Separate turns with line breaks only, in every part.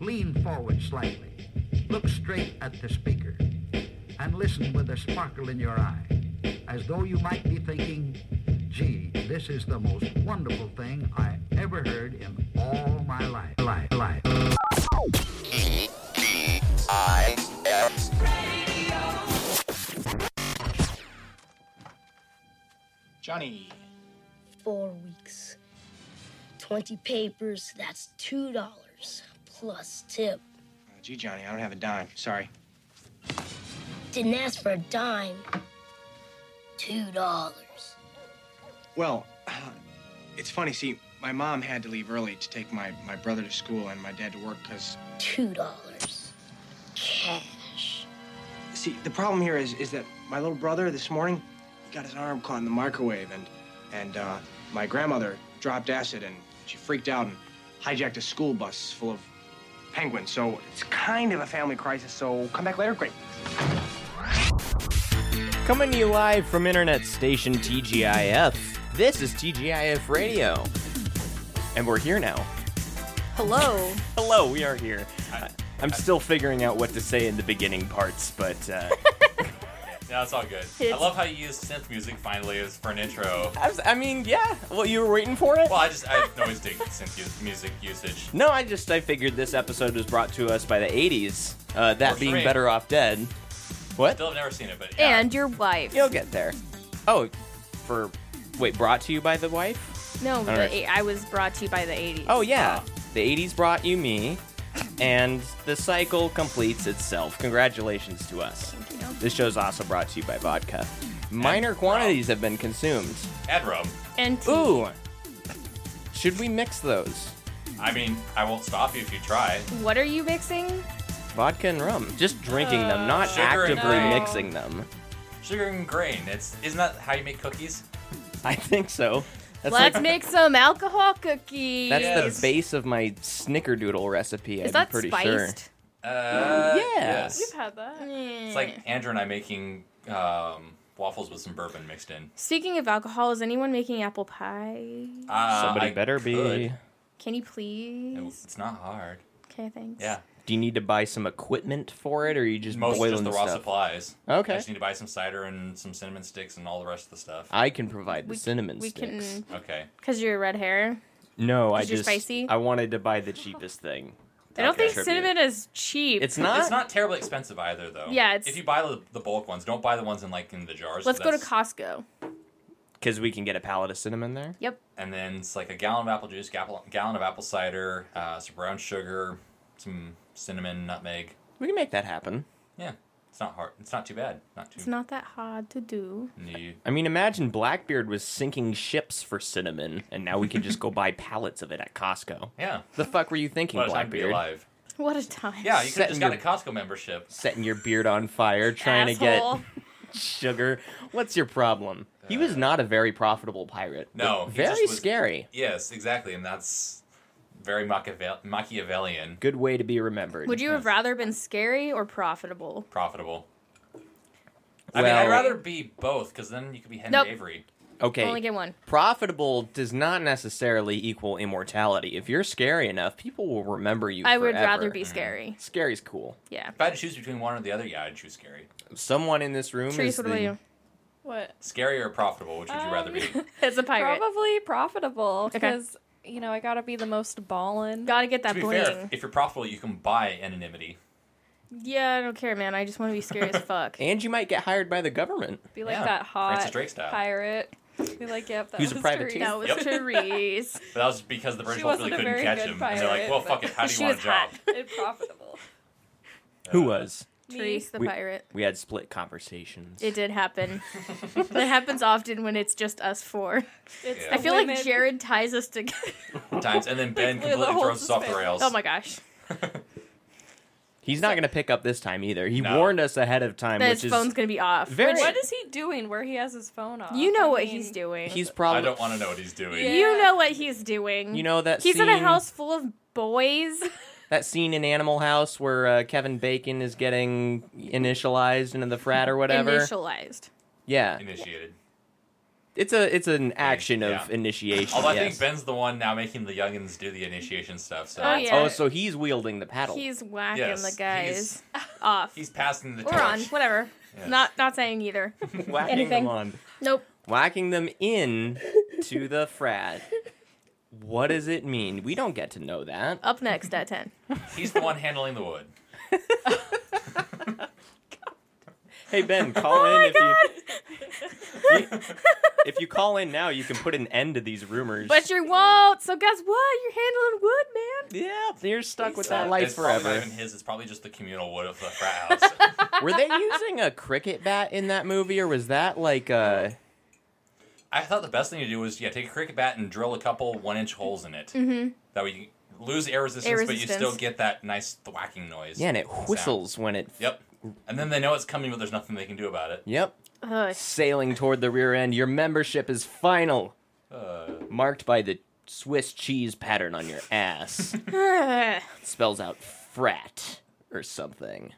Lean forward slightly. Look straight at the speaker. And listen with a sparkle in your eye, as though you might be thinking, gee, this is the most wonderful thing I ever heard in all my life. Life, life.
E D I S.
Johnny.
four weeks. 20 papers, that's $2 plus tip.
Uh, gee, Johnny, I don't have a dime. Sorry.
Didn't ask for a dime. $2.
Well, uh, it's funny. See, my mom had to leave early to take my, my brother to school and my dad to work because.
$2. Cash.
See, the problem here is is that my little brother this morning, he got his arm caught in the microwave and and uh, my grandmother dropped acid and she freaked out and hijacked a school bus full of penguins. So it's kind of a family crisis. So come back later, great.
Coming to you live from internet station TGIF. This is TGIF Radio. And we're here now.
Hello.
Hello, we are here. I, I'm still figuring out what to say in the beginning parts, but uh,
No, it's all good. I
It's-
love how you use synth music finally as for an intro.
I, was, I mean, yeah. Well, you were waiting for it?
Well, I just I always dig synth u- music usage.
no, I just I figured this episode was brought to us by the 80s. Uh, that
Or
being
Shrek.
Better Off Dead. What?
Still have never seen it, but yeah.
And your wife.
You'll get there. Oh, for wait, brought to you by the wife?
No, the
right.
eight- I was brought to you by the 80s.
Oh yeah, the '80s brought you me, and the cycle completes itself. Congratulations to us. This show's also brought to you by vodka. Minor quantities have been consumed.
and rum.
And tea.
Ooh, should we mix those?
I mean, I won't stop you if you try.
What are you mixing?
Vodka and rum. Just drinking them, not
Uh, Sugar and
actively
grain.
mixing them.
Sugar and grain. It's isn't that how you make cookies?
I think so. That's
Let's
like-
make some alcohol cookies.
that's
Yes.
the base of my snickerdoodle recipe.
Is
I'm
that
pretty
spiced?
sure.
Uh,
Yeah.
Yes.
You've had that.
It's like Andrew and I making um, waffles with some bourbon mixed in.
Speaking of alcohol, is anyone making apple pie?
Uh,
Somebody
I
better be.
could.
Can you
It-
please?
It's not hard.
Oh.
Okay, thanks.
Yeah.
Do you need to buy some equipment for it, or you just
Most
boil
just the
them
raw
stuff?
supplies.
Okay.
I just need to buy some cider and some cinnamon sticks and all the rest of the stuff.
I can provide the
We-
cinnamon
we can-
sticks.
Okay.
Because your red hair.
No, I
Is yours
just
spicy?
I wanted to buy the cheapest thing.
I don't
Okay.
think cinnamon is cheap.
It's not.
It's not terribly expensive either, though.
Yeah, it's-
If you buy the, the bulk ones, don't buy the ones in like in the jars.
Let's go to
that's-
Costco.
because we can get a pallet of cinnamon there.
Yep.
and then it's like a gallon of apple juice, gallon, gallon of apple cider, uh, some brown sugar, some cinnamon, nutmeg.
We can make that happen.
Yeah, it's not hard. It's not too bad. Not too.
Mm.
It's not that hard to do.
new.
I mean, imagine Blackbeard was sinking ships for cinnamon, and now we can just go buy pallets of it at Costco.
Yeah.
The fuck were you thinking,
What a time to be
Blackbeard?
alive.
What a time.
Yeah, you could
Setting
just got a
your-
Costco membership.
Setting your beard on fire, trying
Asshole.
to get sugar. What's your problem? He was not a very profitable pirate. but
Uh, No, he just
very
was-
scary.
Yes, exactly, and that's very Machiavel- Machiavellian.
Good way to be remembered.
Would you have rather been scary or profitable?
Profitable. I mean, I'd
Well-
rather be both, because then you could be Henry
Nope.
Avery.
Okay.
Only get one.
profitable does not necessarily equal immortality. If you're scary enough, people will remember you.
I would
forever.
rather be scary.
Scary's cool.
Yeah.
If I had to choose between one or the other, yeah, I'd choose scary.
Someone in this room
Trees,
is
what
the-
about you? What?
Scary or profitable? Which would you rather be?
Um,
As a pirate.
Probably profitable
Okay.
because you know I gotta be the most ballin.
Gotta
to
get that
be
bling.
fair, if- if you're profitable, you can buy anonymity.
Yeah, I don't care, man. I just want to be scary as fuck.
And you might get hired by the government.
Be like
Yeah,
that hot
Francis Drake style.
pirate. Be like, yep, that
Who's a
was
privateer.
Therese.
That was
Yep.
Therese.
But that was because the British
She
really
wasn't a
couldn't
very
catch
good
him. And they're like,
pirate,
well,
but-
fuck it, how do you
she
want
was
a job?
hot.
And profitable.
Who was?
Therese the
We-
pirate.
Uh, We had split conversations.
It did happen. that happens often when it's just us four.
It's
Yeah.
the
I feel like
women.
Jared ties us together.
Times. And then Ben
Leela
completely
holds
throws us
his
off the
family.
rails.
Oh my gosh.
He's not going to pick up this time either. He
No.
warned us ahead of time,
That
which
his
is
phone's gonna be off.
very.
What is he doing where he has his phone off?
You know
I
what
mean,
he's doing.
He's
I
probably.
don't want to know what he's doing.
Yeah.
You know what he's doing.
You know that
Mm. He's in a
scene-
house full of boys.
That scene in Animal House where uh, Kevin Bacon is getting initialized into the frat or whatever.
Initialized.
yeah.
Initiated.
it's a it's an action of
Yeah.
initiation.
Although I
yes.
think Ben's the one now making the youngins do the initiation stuff. So
Oh, yeah.
Oh, so he's wielding the paddle.
He's whacking
Yes,
the guys
he's-
off
he's passing the
or
torch.
on, whatever.
Yes.
Not not saying either.
whacking
Anything.
them on,
nope.
whacking them in to the frat. What does it mean? We don't get to know that.
Up next at ten.
He's the one handling the wood.
Hey Ben, call
Oh
in if you. if you call in now, you can put an end to these rumors.
But you won't. So guess what? You're handling wood, man.
yeah, you're stuck with that
Uh,
life
it's probably Not
forever.
even his. It's probably just the communal wood of the frat house.
Were they using a cricket bat in that movie, or was that like uh
I thought the best thing to do was yeah, take a cricket bat and drill a couple one inch holes in it. Mm-hmm. That way you lose air resistance,
Air
but you
resistance.
still get that nice thwacking noise.
yeah, and it
sound.
whistles when it
Yep. And then they know it's coming, but there's nothing they can do about it.
yep
Ugh.
sailing toward the rear end. Your membership is final,
Uh,
marked by the Swiss cheese pattern on your ass.
Ugh.
It spells out frat or something.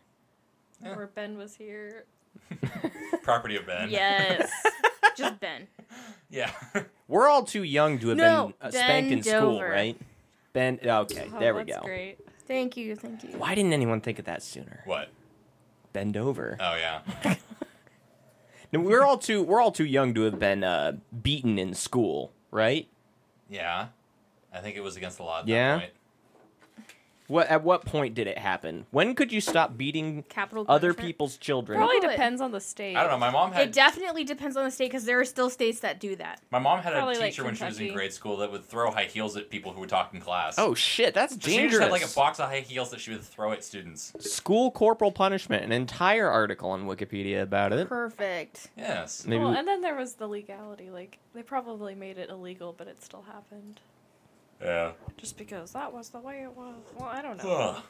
Or Ben was here.
property of Ben.
yes. Just Ben.
Yeah.
We're all too young to have
No,
been uh, spanked in
Ben
school,
Dover.
right? Ben, okay,
Oh,
there we
that's
go.
Great.
Thank you. Thank you.
Why didn't anyone think of that sooner?
what?
Bend over.
Oh yeah.
No, we're all too we're all too young to have been uh, beaten in school, right?
Yeah. I think it was against the law at that
Yeah?
point.
What at what point did it happen? When could you stop beating
Capital
other
punishment.
people's children?
Probably
Google it.
depends on the state.
I don't know. My mom
It
had
definitely depends on the state because there are still states that do that.
my mom had a
probably, like,
teacher when she was in
Kentucky.
grade school that would throw high heels at people who would talk in class.
Oh shit, that's
So She just
dangerous.
had like a box of high heels that she would throw at students.
School corporal punishment, an entire article on Wikipedia about it.
Perfect.
Yes.
Maybe
well,
we-
and then there was the legality. Like they probably made it illegal, but it still happened
Yeah.
just because that was the way it was. Well, I don't know.
Ugh.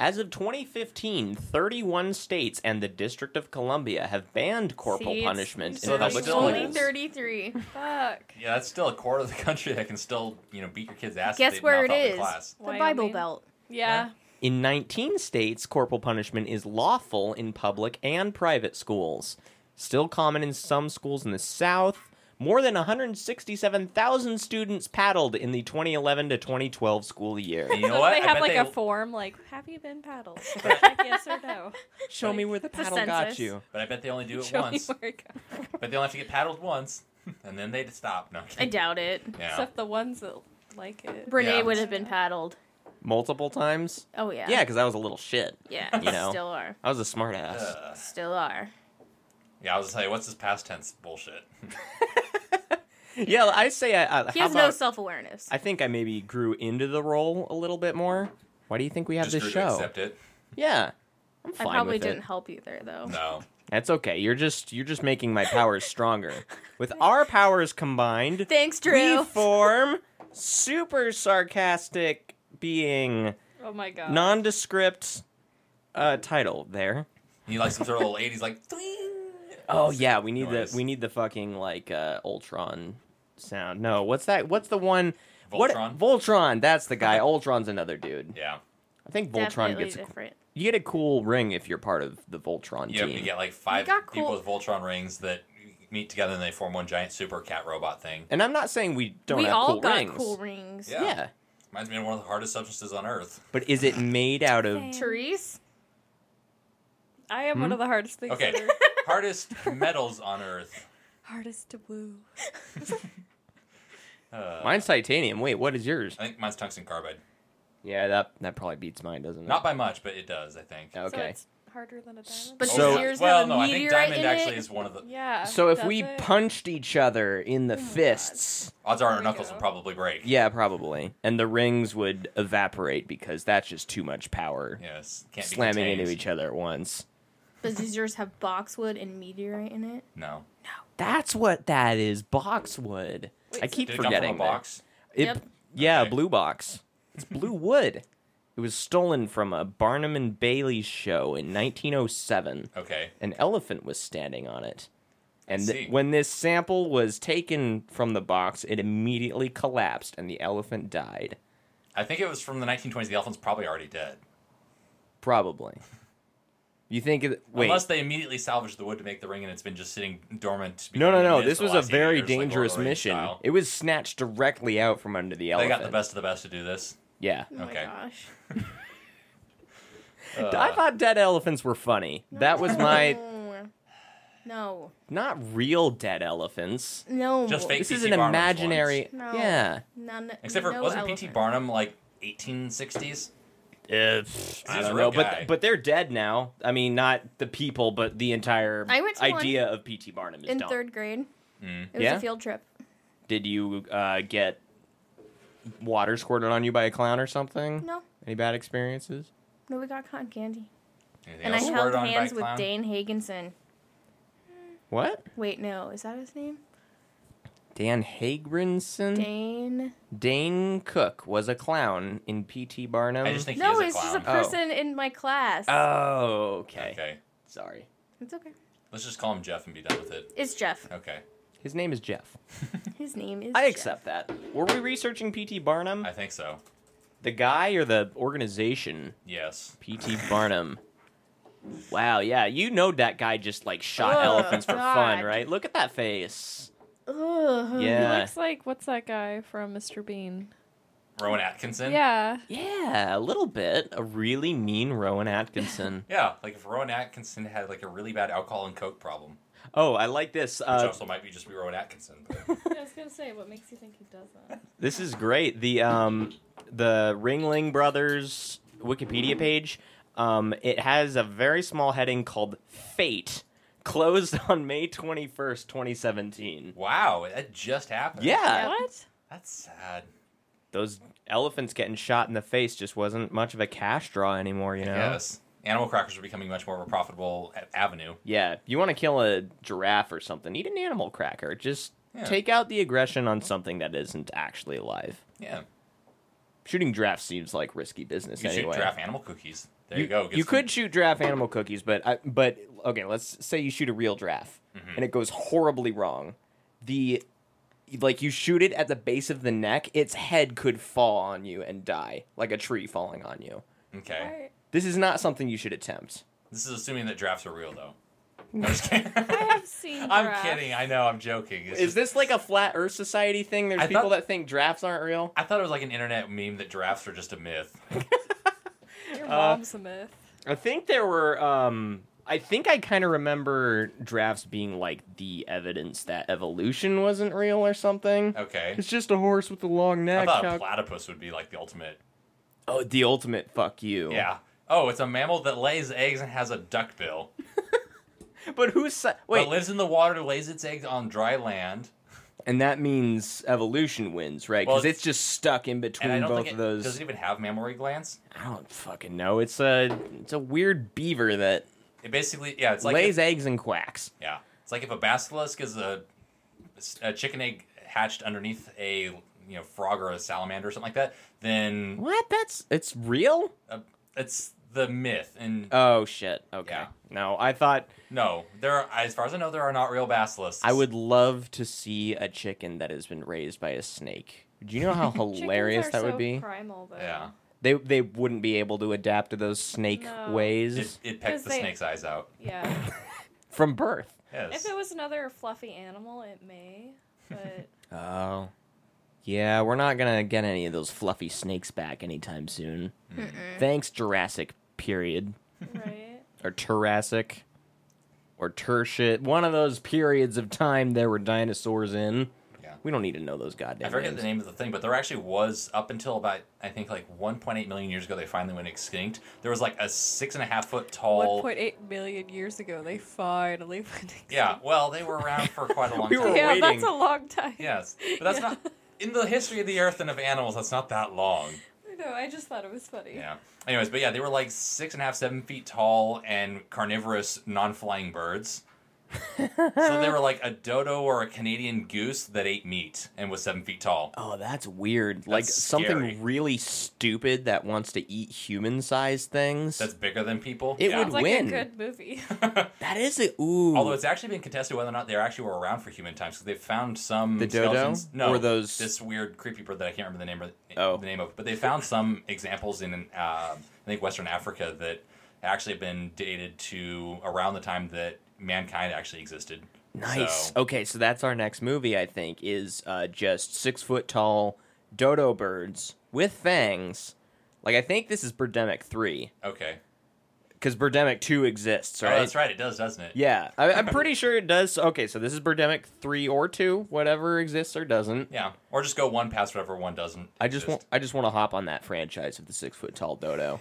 as of 2015, 31 states and the District of Columbia have banned corporal
See, it's-
punishment
it's
in
so
public
still
schools.
Only thirty-three.
Fuck.
Yeah, that's still a quarter of the country that can still, you know, beat your kid's ass. if
Guess
they
where it
mouth off in
is?
Class.
The
Wyoming?
Bible Belt.
Yeah.
In 19 states, corporal punishment is lawful in public and private schools. Still common in some schools in the South. More than 167,000 students paddled in the 2011 to 2012 school year.
And you know
So
what?
if
I
they have
bet
like
they-
a form, like have you been paddled? Like, yes or no.
Show me where the
It's a
paddle got
census.
you.
But I bet they only do it
Show me
once.
where it goes.
But they only have to get paddled once, and then they'd stop. No, I'm
I
kidding.
doubt it.
yeah.
Except the ones that like it.
Brene
Yeah.
would have been paddled.
Multiple times?
Oh yeah.
Yeah, because I was a little shit.
Yeah.
You know.
Still are.
I was a smartass.
Ugh.
Still are.
Uh, yeah, I was gonna say, what's this past tense bullshit?
Yeah, I say I. Uh,
He
how
has no
about-
self-awareness.
I think I maybe grew into the role a little bit more. Why do you think we have
Just
this
grew
show?
to accept it.
Yeah, I'm
I
fine
probably
with it.
didn't help either though.
No.
That's okay. You're just you're just making my powers stronger. With our powers combined,
Thanks,
we
Drew.
form super sarcastic being
Oh my
Uh.
god.
nondescript uh title there.
You like some sort of little '80s like. "Twing."
Oh yeah, we need
Noise.
the we need the fucking like uh Ultron sound. No, what's that? What's the one what-
Voltron?
Voltron, that's the guy. Ultron's another dude.
Yeah.
I think Voltron
Definitely
gets a, cool-
different.
you get a cool ring if you're part of the Voltron
You,
team.
you get like five
got cool-
people with Voltron rings that meet together and they form one giant super cat robot thing.
And I'm not saying we don't
we
have
all
cool
got
rings.
cool rings.
Yeah.
yeah.
Reminds me of one of the hardest substances on Earth.
But is it made out of
Therese,
I am one of the hardest things.
Hmm? Okay.
ever.
hardest metals on Earth.
Hardest to woo.
Uh,
Mine's titanium. Wait, what is yours?
I think mine's tungsten carbide.
Yeah, that that probably beats mine, doesn't it?
Not by much, but it does. I think.
So
okay.
it's harder than a diamond.
but
Oh,
so,
So-
yours
well,
have a
no, I think
meteorite
diamond
in
actually
it.
is one of the
yeah.
So if
does
we
it?
punched each other in
Oh
the fists,
odds are
There
our
we
knuckles
go.
will probably break.
yeah, probably, and the rings would evaporate because that's just too much power
Yes, can't be
slamming
contained.
into each other at once.
But does yours have boxwood and meteorite in it?
No,
That's what that is, boxwood. I keep
did it come from
forgetting
a box?
That. It-
Yep.
Yeah,
Okay.
blue box. It's blue wood. It was stolen from a Barnum and Bailey show in 1907.
Okay,
an elephant was standing on it. And th-
see.
when this sample was taken from the box, it immediately collapsed and the elephant died.
I think it was from the 1920s. The elephant's probably already dead.
Probably. You think? It, wait.
Unless they immediately salvage the wood to make the ring, and it's been just sitting dormant.
no, no,
because
no.
it is
This
the
was a
last eight
very
years, like Lord of the
dangerous
Rings
mission.
style.
It was snatched directly out from under the
They
elephant.
got the best of the best to do this.
Yeah.
Oh my
Okay.
gosh.
I thought dead elephants were funny. That was my
No. No.
not real dead elephants.
No.
Just fake
This
P.T.
is an
Barnum's
imaginary.
ones.
No.
Yeah.
None.
Except for
no
wasn't
elephant.
P.T. Barnum like 1860s?
Uh, I
He's a
don't know,
real
but
guy.
but they're dead now. I mean, not the people, but the entire
I went to one
idea of P.T. Barnum is
in
done.
third grade?
Mm.
It was
Yeah?
a field trip.
Did you uh, get water squirted on you by a clown or something?
No.
Any bad experiences?
No, we got cotton candy.
Anything
And I
else
held
squirted on by
hands with
clown?
Dane Hagenson.
What?
Wait, no, is that his name?
Dan Hagrinson?
Dane.
Dane Cook was a clown in P.T. Barnum.
I just think
No,
he is
it's
a
just a
clown.
clown. Oh.
person in my class.
Oh, okay.
okay,
Sorry.
it's okay.
let's just call him Jeff and be done with it.
It's Jeff.
Okay,
His name is Jeff.
His name is.
I
Jeff.
accept that. Were we researching P.T. Barnum?
I think so.
The guy or the organization?
Yes.
P.T. Barnum. Wow, yeah, you know that guy just like shot
Oh,
elephants for fun,
God.
right? Look at that face.
Ugh.
Yeah.
He looks like what's that guy from Mr. Bean?
Rowan Atkinson.
Yeah.
Yeah, a little bit. A really mean Rowan Atkinson.
Yeah, like if Rowan Atkinson had like a really bad alcohol and coke problem,
oh, I like this.
which
Uh,
also might be just be Rowan Atkinson. But
I was gonna say, what makes you think he does that?
this is great. The um, the Ringling Brothers Wikipedia page. Um, it has a very small heading called "Fate," closed on May twenty first, twenty seventeen.
wow, that just happened.
Yeah,
What?
that's sad.
those elephants getting shot in the face just wasn't much of a cash draw anymore. You know.
Yes, animal crackers are becoming much more of a profitable a- avenue.
Yeah, if you want to kill a giraffe or something, eat an animal cracker. Just
Yeah.
take out the aggression on something that isn't actually alive.
Yeah,
shooting giraffes seems like risky business
you can
anyway.
shoot giraffe animal cookies. There you, go. Get
you
some-
could shoot giraffe animal cookies, but I, but okay, let's say you shoot a real giraffe and it goes horribly wrong. The like you shoot it at the base of the neck, its head could fall on you and die, like a tree falling on you.
Okay,
Alright.
This is not something you should attempt.
this is assuming that giraffes are real though. No, I'm, just kidding.
I've seen.
I'm
giraffe.
kidding. I know. I'm joking. It's
Is
just-
this like a flat Earth society thing? There's
I
people
thought-
that think giraffes aren't real.
I thought it was like an internet meme that giraffes are just a myth. Uh,
Your mom's a myth.
I think there were. Um, I think I kind of remember giraffes being like the evidence that evolution wasn't real or something.
Okay.
It's just a horse with a long
I
neck.
thought
How-
a platypus would be like the ultimate.
oh, the ultimate fuck you.
Yeah. Oh, it's a mammal that lays eggs and has a duck bill.
But who's si-
Wait.
wait?
But lives in the water, lays its eggs on dry land.
and that means evolution wins, right?
Well,
Because it's just stuck in
And I
between
don't
both of
think it
those.
does it even have mammary glands.
I don't fucking know. It's a it's a weird beaver that
It basically, yeah, it's like
lays
if,
eggs and quacks.
yeah, it's like if a basilisk is a, a chicken egg hatched underneath a you know frog or a salamander or something like that, then
What? That's it's real?
uh, it's the myth. And
Oh shit. Okay.
Yeah.
No, I thought
no, there, are, as far as I know, there are not real basilisks.
I would love to see a chicken that has been raised by a snake. Do you know how
Chickens
hilarious
are
that
so
would be?
Primal though.
Yeah,
They they wouldn't be able to adapt to those snake
No.
ways
it, it
Because
pecks the
they-
snake's eyes out.
Yeah.
from birth.
Yes.
if it was another fluffy animal, it may. But
Oh. Yeah, we're not gonna get any of those fluffy snakes back anytime soon. Thanks, Jurassic period.
right.
Or Jurassic. Or Tertiate. One of those periods of time there were dinosaurs in.
Yeah.
We don't need to know those goddamn
I forget
names.
the name of the thing, but there actually was up until about I think like 1.8 million years ago they finally went extinct. There was like a six and a half foot tall.
1.8 million years ago, they finally went.
Yeah, well, they were around for quite a long
We
time.
were
Yeah,
waiting.
that's a long time.
Yes, but that's
Yeah.
not in the history of the Earth and of animals. That's not that long.
No, I just thought it was funny.
Yeah. Anyways, but yeah, they were like six and a half, seven feet tall and carnivorous, non-flying birds. so they were like a dodo or a Canadian goose that ate meat and was seven feet tall.
Oh, that's weird. like
scary.
something really stupid that wants to eat human-sized things.
That's bigger than people.
It
yeah.
would
It's like
Win.
a good movie.
That is a ooh.
Although it's actually been contested whether or not they actually were around for human times, because they've found some
The dodo?
skeletons. No,
Or those-
this weird creepy bird that I can't remember the name of.
Oh.
um, the name of, but they found some examples in uh, I think Western Africa that actually been dated to around the time that mankind actually existed.
Nice.
So,
Okay, so that's our next movie. I think is uh, just six foot tall dodo birds with fangs. Like I think this is Birdemic three
okay.
because Birdemic two exists, right?
Oh, that's right. It does, doesn't it?
Yeah, I, I'm pretty sure it does. Okay, so this is Birdemic three or two, whatever exists or doesn't.
Yeah. Or just go one past whatever one doesn't.
I just
exist.
want I just want to hop on that franchise of the six foot tall dodo.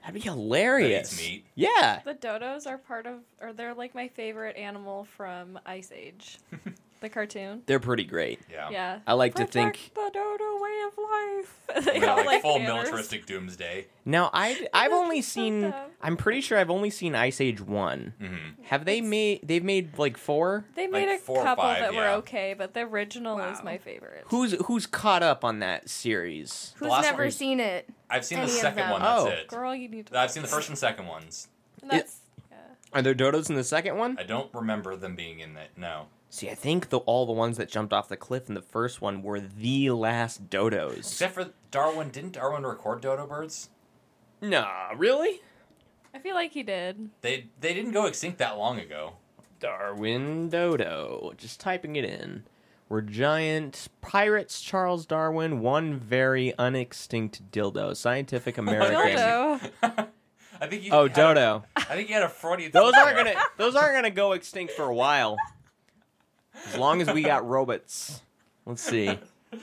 That'd be hilarious.
That eats meat.
Yeah,
The dodos are part of, or they're like my favorite animal from Ice Age, the cartoon.
they're pretty great.
Yeah.
Yeah.
I like to
Protect
think-
the dodo way of life.
We
they
got,
all
like,
like
full
banners.
militaristic doomsday.
Now I I've only
just so
seen
dumb.
I'm pretty sure I've only seen Ice Age one.
Mm-hmm.
Have they made they've made like four?
They made
Like
a
four or
couple
five,
that were
yeah.
okay, but the original is
Wow.
my favorite.
Who's who's caught up on that series?
Who's
last
never
one-
seen it?
I've seen the
Any of
second
them.
one. That's
Oh.
it.
Girl, you need to.
I've seen the first and second ones.
And that's yeah.
Are there dodos in the second one?
I don't remember them being in that. No.
See, I think the all the ones that jumped off the cliff in the first one were the last dodos.
Except for Darwin. Didn't Darwin record dodo birds?
Nah, really?
I feel like he did.
They they didn't go extinct that long ago.
Darwin Dodo. Just typing it in. We're giant pirates, Charles Darwin, one very unextinct dildo. Scientific
Oh,
American.
Dildo.
I think you.
Oh,
had a-
Dodo.
I think you had a Freudian.
Those
slip
aren't
there.
gonna those aren't gonna go extinct for a while. As long as we got robots. Let's see.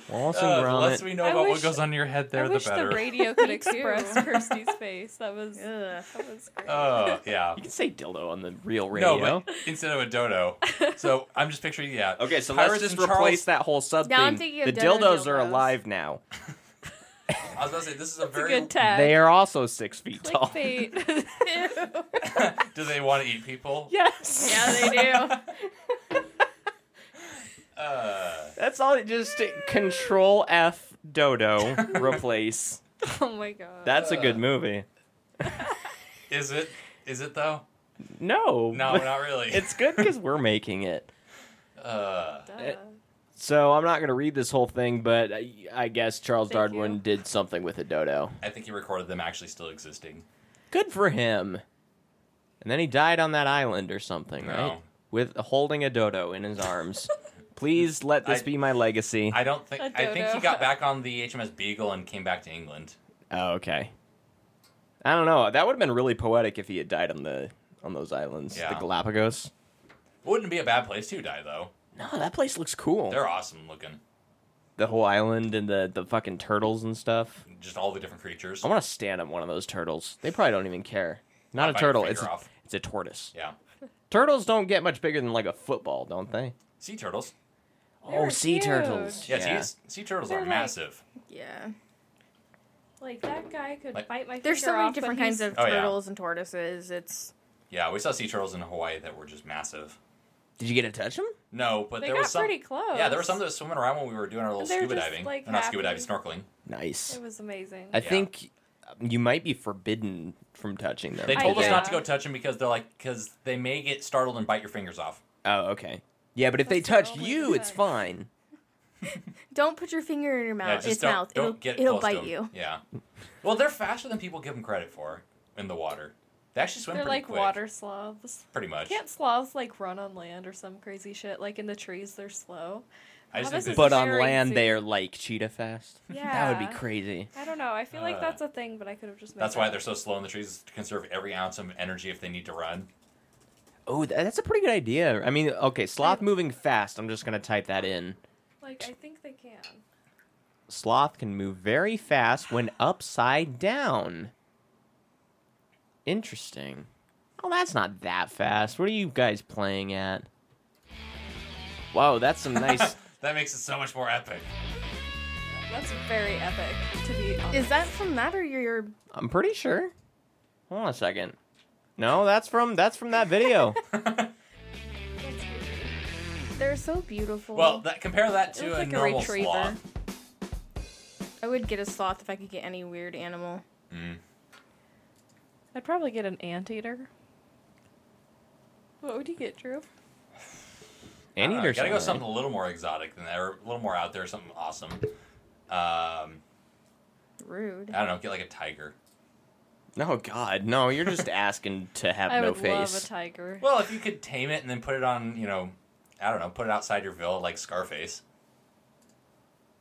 Wallace and
Uh, the
Gromit.
less we know
I
about
wish-
what goes on in your head, there
I
the
wish the
better.
radio could
Me too.
express Kirsty's face. That was
Ugh.
that was great.
Oh yeah.
You can say dildo on the real radio.
No, but instead of a dodo. So I'm just picturing yeah.
Okay, so
Pirates
let's just
and Charles-
replace that whole sub
Now I'm
theme.
thinking
The
of dodo
dildos are
dildos.
alive now.
I was about to say this is a
It's a
very.
good tag.
They are also six feet Uh, tall.
Clickbait.
do they want to eat people?
Yes.
Yeah, they do.
Uh,
That's all. Just control F dodo replace.
oh my god.
That's a good
Uh.
movie.
is it? Is it though?
No.
No, not really.
It's good because we're making it.
Uh,
Duh.
So I'm not going to read this whole thing, but I, I guess Charles
Thank
Darwin
you.
did something with a dodo.
I think he recorded them actually still existing.
Good for him. And then he died on that island or something, right?
No.
With holding a dodo in his arms. Please let this
I-
be my legacy.
I don't think.
A
I think he
dodo.
got back on the HMS Beagle and came back to England.
oh, okay. I don't know. That would have been really poetic if he had died on the on those islands, the
Yeah.
Galapagos.
Wouldn't be a bad place to die though.
No, that place looks cool.
They're awesome looking.
the whole island and the, the fucking turtles and stuff.
Just all the different creatures.
I want to stand on one of those turtles. They probably don't even care. Not
I'll
a
bite your
turtle.
finger
It's a,
off.
it's a tortoise.
Yeah.
Turtles don't get much bigger than like a football, don't they?
Sea turtles.
oh,
They're
sea
huge.
turtles.
Yeah, Sea, sea turtles
They're
are
like-
massive.
Yeah.
Like that guy could
Like-
bite my.
There's
finger
so many
off, but
different kinds
he's-
of
Oh, yeah.
turtles and tortoises. It's
Yeah, we saw sea turtles in Hawaii that were just massive.
Did you get to touch them?
No, but
They
there
got
was some.
pretty close.
Yeah, there were some that was swimming around when we were doing our little
They're
scuba
just,
diving.
like,
Or not scuba diving,
happy.
snorkeling.
Nice.
It was amazing.
I
Yeah.
think you might be forbidden from touching them.
They
I-
told us
yeah.
not to go touch them because they're like, because they may get startled and bite your fingers off.
oh, okay. Yeah, but if they
That's the
touch
only
you, it's
touch.
fine.
don't put your finger in your mouth.
Yeah, just
its
don't,
mouth.
don't
it'll
get
it'll
close to
bite
'em.
you.
Yeah. Well, they're faster than people give them credit for in the water. They actually swim
They're
pretty
like
quick.
water sloths.
Pretty much.
Can't sloths like run on land or some crazy shit? Like in the trees, they're slow.
I
How
just think
does it-
that-
But on
very
land,
zoo-
they are like cheetah fast. That would be
Yeah.
crazy.
I don't know. I feel
Uh,
like that's a thing, but I could have just. Made
that's why
that
they're
up.
so slow in the trees is to conserve every ounce of energy if they need to run.
Oh, tha- that's a pretty good idea. I mean, okay, sloth moving fast. I'm just gonna type that in.
Like I think they can.
Sloth can move very fast when upside down. Interesting. Oh, that's not that fast. What are you guys playing at? Whoa, that's some nice.
That makes it so much more epic.
That's very epic. To be honest.
Is that from that or your? your
I'm pretty sure. Hold on a second. No, that's from that's from that video.
they're so beautiful.
Well, that, compare that
It
to
looks
a
like a
normal
retriever.
sloth.
I would get a sloth if I could get any weird animal.
I'd probably get an anteater. What would you get, Drew?
And
Uh,
eater.
gotta go something a little more exotic than that, or a little more out there, something awesome. Um,
Rude.
Uh, I don't know, get like a tiger.
Oh God, no! You're just asking to have
I
no
would love a
face.
tiger.
Well, if you could tame it and then put it on, you know, I don't know, put it outside your villa like Scarface.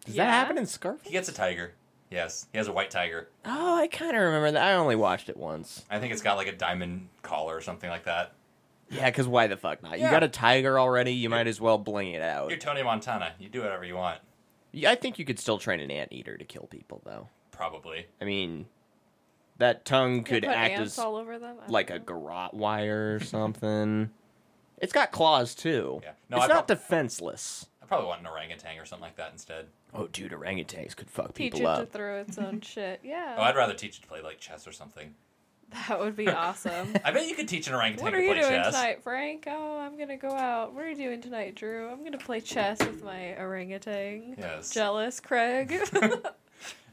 Does
Yeah.
that happen in Scarface?
He gets a tiger. Yes, he has a white tiger.
Oh, I kind of remember that. I only watched it once.
I think it's got like a diamond collar or something like that.
Yeah, because why the fuck not? You
Yeah.
got a tiger already. You might as well bling it out.
You're Tony Montana. You do whatever you want,
Yeah, I think you could still train an anteater to kill people, though.
probably.
I mean, that tongue
You
could
put
act
ants
as
all over them. I don't
like a
know.
garrote wire or something. it's got claws too.
Yeah. No,
it's
I
not
prob-
defenseless.
I probably want an orangutan or something like that instead.
Oh, dude, orangutans could fuck
teach
people
it to
up.
throw its own shit. Yeah,
Oh, I'd rather teach it to play like chess or something.
that would be awesome.
I bet you could teach an orangutan
what
to
are you
play
doing
chess.
tonight, Frank? Oh, I'm gonna go out. What are you doing tonight, Drew? I'm gonna play chess with my orangutan.
Yes.
Jealous, Craig.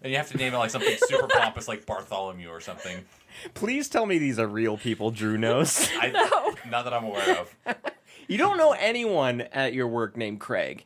And you have to name it like something super pompous, like Bartholomew or something.
Please tell me these are real people Drew knows.
I, Not that I'm aware of.
you don't know anyone at your work named Craig.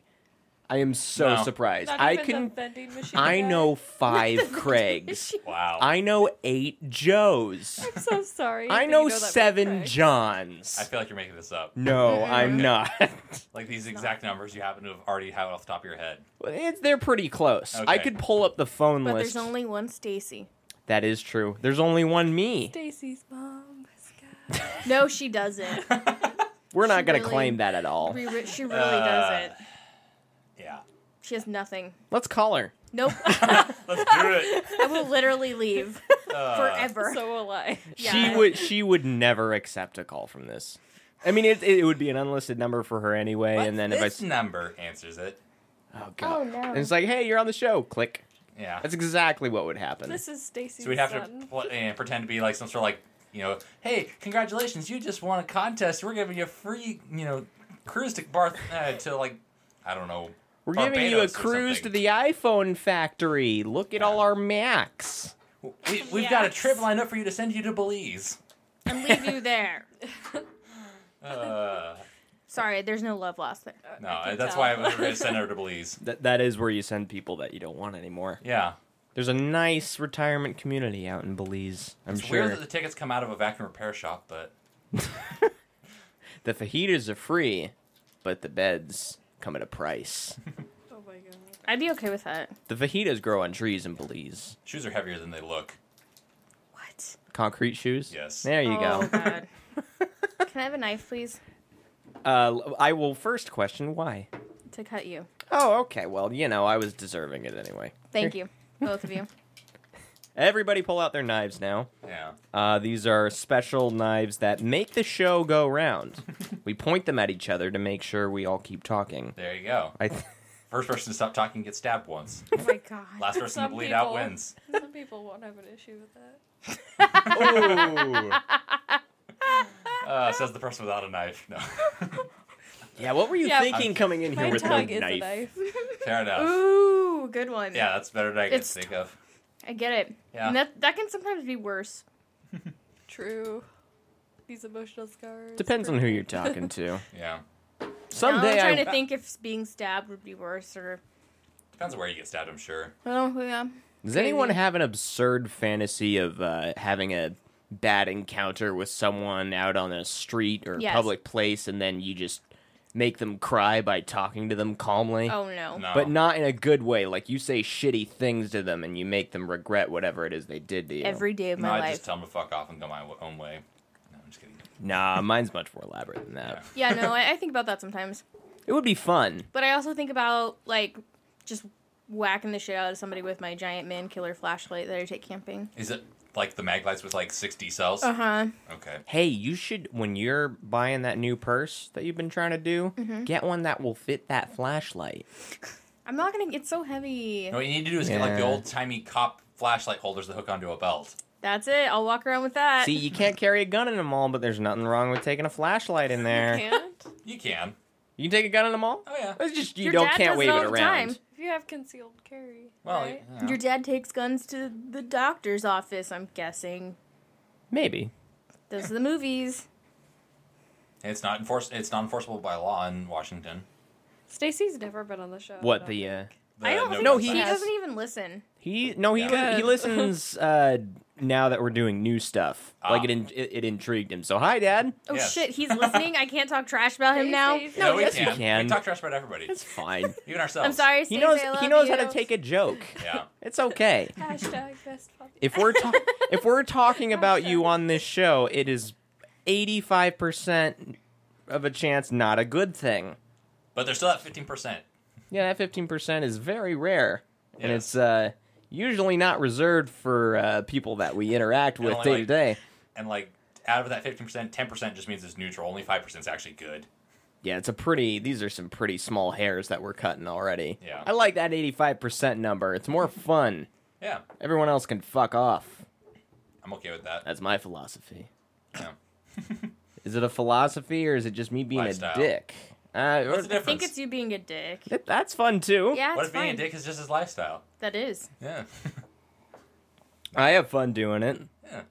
I am so
No.
surprised.
Not
I
even the
can
vending machine
I
guy.
know 5 Craigs.
Wow. I,
I know 8 Joes.
I'm so sorry. that
I
you
know
that about
7
Craig.
Johns.
feel like you're making this up.
No, I'm not.
Like these exact numbers you happen to have already had off the top of your head.
It's, they're pretty close. I
Okay.
could pull up the phone
But
list.
there's only one Stacy.
that is true. There's only one me.
Stacy's mom. is God.
No, she doesn't.
We're not going to
really-
claim that at all.
Re- re- she really
Uh.
doesn't.
Yeah.
She has nothing.
Let's call her.
Nope.
Let's do it.
I will literally leave
Uh,
forever.
So will I.
She
Yeah.
would she would never accept a call from this. I mean, it, it would be an unlisted number for her anyway.
but
and then if I
this
s-
number answers it.
oh god,
Oh, no.
and it's like, hey, you're on the show. Click.
Yeah.
That's exactly what would happen.
This is Stacy's
So we'd have
son.
to pl- and pretend to be like some sort of like, you know, hey, congratulations, you just won a contest. We're giving you a free, you know, cruise to Barth uh, to like, I don't know.
We're giving you a
Barbados or
cruise to
something.
the iPhone factory. Look at all our Macs.
We, we've got a
Yes.
trip lined up for you to send you to Belize.
and leave you there.
Uh,
Sorry, there's no love lost there.
no,
can
that's
tell.
why I was going to send her to Belize.
That that is where you send people that you don't want anymore.
Yeah.
There's a nice retirement community out in Belize. I'm
It's
sure
weird that the tickets come out of a vacuum repair shop, but
the fajitas are free, but the beds come at a price.
Oh my god.
I'd be okay with that.
the fajitas grow on trees in Belize.
shoes are heavier than they look.
What?
Concrete shoes.
Yes.
There you
oh,
go.
God. Can I have a knife, please,
Uh, I will first question why.
to cut you?
Oh, okay. Well, you know, I was deserving it anyway.
Thank you, both of you.
Everybody pull out their knives now.
Yeah.
Uh, these are special knives that make the show go round. we point them at each other to make sure we all keep talking.
There you go.
I th-
First person to stop talking gets stabbed once.
Oh my God.
Last person to
Some
bleed
people.
out wins.
Some people won't have an issue with that.
Uh, says the person without a knife. No.
yeah, what were you
Yeah,
thinking
I'm-
coming in
My
here with no
tongue is a
knife?
knife.
Fair enough.
Ooh, good one.
Yeah, that's better than I could
It's-
think of.
I get it.
Yeah.
And that that can sometimes be worse.
True. These emotional scars.
Depends on who you're talking to.
Yeah.
Now I'm
Someday
trying
I,
to think if being stabbed would be worse or.
Depends on where you get stabbed, I'm sure.
Oh yeah.
Does anyone have an absurd fantasy of uh, having a bad encounter with someone out on a street or
Yes.
public place, and then you just make them cry by talking to them calmly,
Oh no.
No.
but not in a good way? Like you say shitty things to them, and you make them regret whatever it is they did to you.
Every day of
no,
my
I
life.
just tell them to fuck off and go my w- own way. No, I'm just kidding.
nah, mine's much more elaborate than that.
yeah, no, I, I think about that sometimes.
It would be fun.
But I also think about like just whacking the shit out of somebody with my giant man killer flashlight that I take camping.
Is it like the maglites with like 60 cells?
Uh
Uh-huh.
huh.
Okay.
Hey, you should when you're buying that new purse that you've been trying to do,
Mm-hmm.
get one that will fit that flashlight.
I'm not gonna. It's so heavy.
No, what you need to do is get like the
Yeah.
old timey cop flashlight holders that hook onto a belt.
That's it. I'll walk around with that.
See, you can't carry a gun in a mall, but there's nothing wrong with taking a flashlight in there.
Can't?
You can.
You can take a gun in a mall?
Oh, yeah.
It's just you
Your
don't
dad
can't
does it
wave
all
it
the
around.
time.
If you have concealed carry.
Well,
right?
yeah.
Your dad takes guns to the doctor's office. I'm guessing.
Maybe.
Those are the movies.
it's not enforced. It's not enforceable by law in Washington.
Stacy's never been on the show. I
What
don't
the uh
think.
The
I don't think
No,
he,
he has-
doesn't even listen.
He no, he
Yeah.
li- he
Good.
listens uh, now that we're doing new stuff. Like
Ah.
it, in, it it intrigued him. So hi, Dad.
Oh
Yes.
shit, he's listening. I can't talk trash about him
Hey,
now.
Sage.
No, we
yes, you
can.
can.
We talk trash about everybody,
It's fine.
even ourselves.
I'm sorry.
he
Stacey,
knows
I
he
love
knows how to
you.
take a joke.
Yeah.
It's okay.
Hashtag best puppy.
If we're ta- if we're talking about you on this show, it is eighty five percent of a chance not a good thing.
But they're still at fifteen percent.
Yeah, that fifteen percent is very rare, and
Yeah.
it's uh, usually not reserved for uh, people that we interact with
only,
day to
like-
day.
And like out of that fifteen percent, ten percent just means it's neutral. Only five percent is actually good.
Yeah, it's a pretty. These are some pretty small hairs that we're cutting already.
Yeah.
I like that eighty-five percent number. It's more fun.
Yeah,
Everyone else can fuck off.
I'm okay with that.
That's my philosophy.
Yeah.
Is it a philosophy or is it just me being
Lifestyle.
a dick? Uh,
What's the
or-
I think
difference?
it's you being a dick.
that- that's fun too.
Yeah,
what
it's
if being
fine.
a dick is just his lifestyle?
That is.
Yeah.
I have fun doing it.
yeah.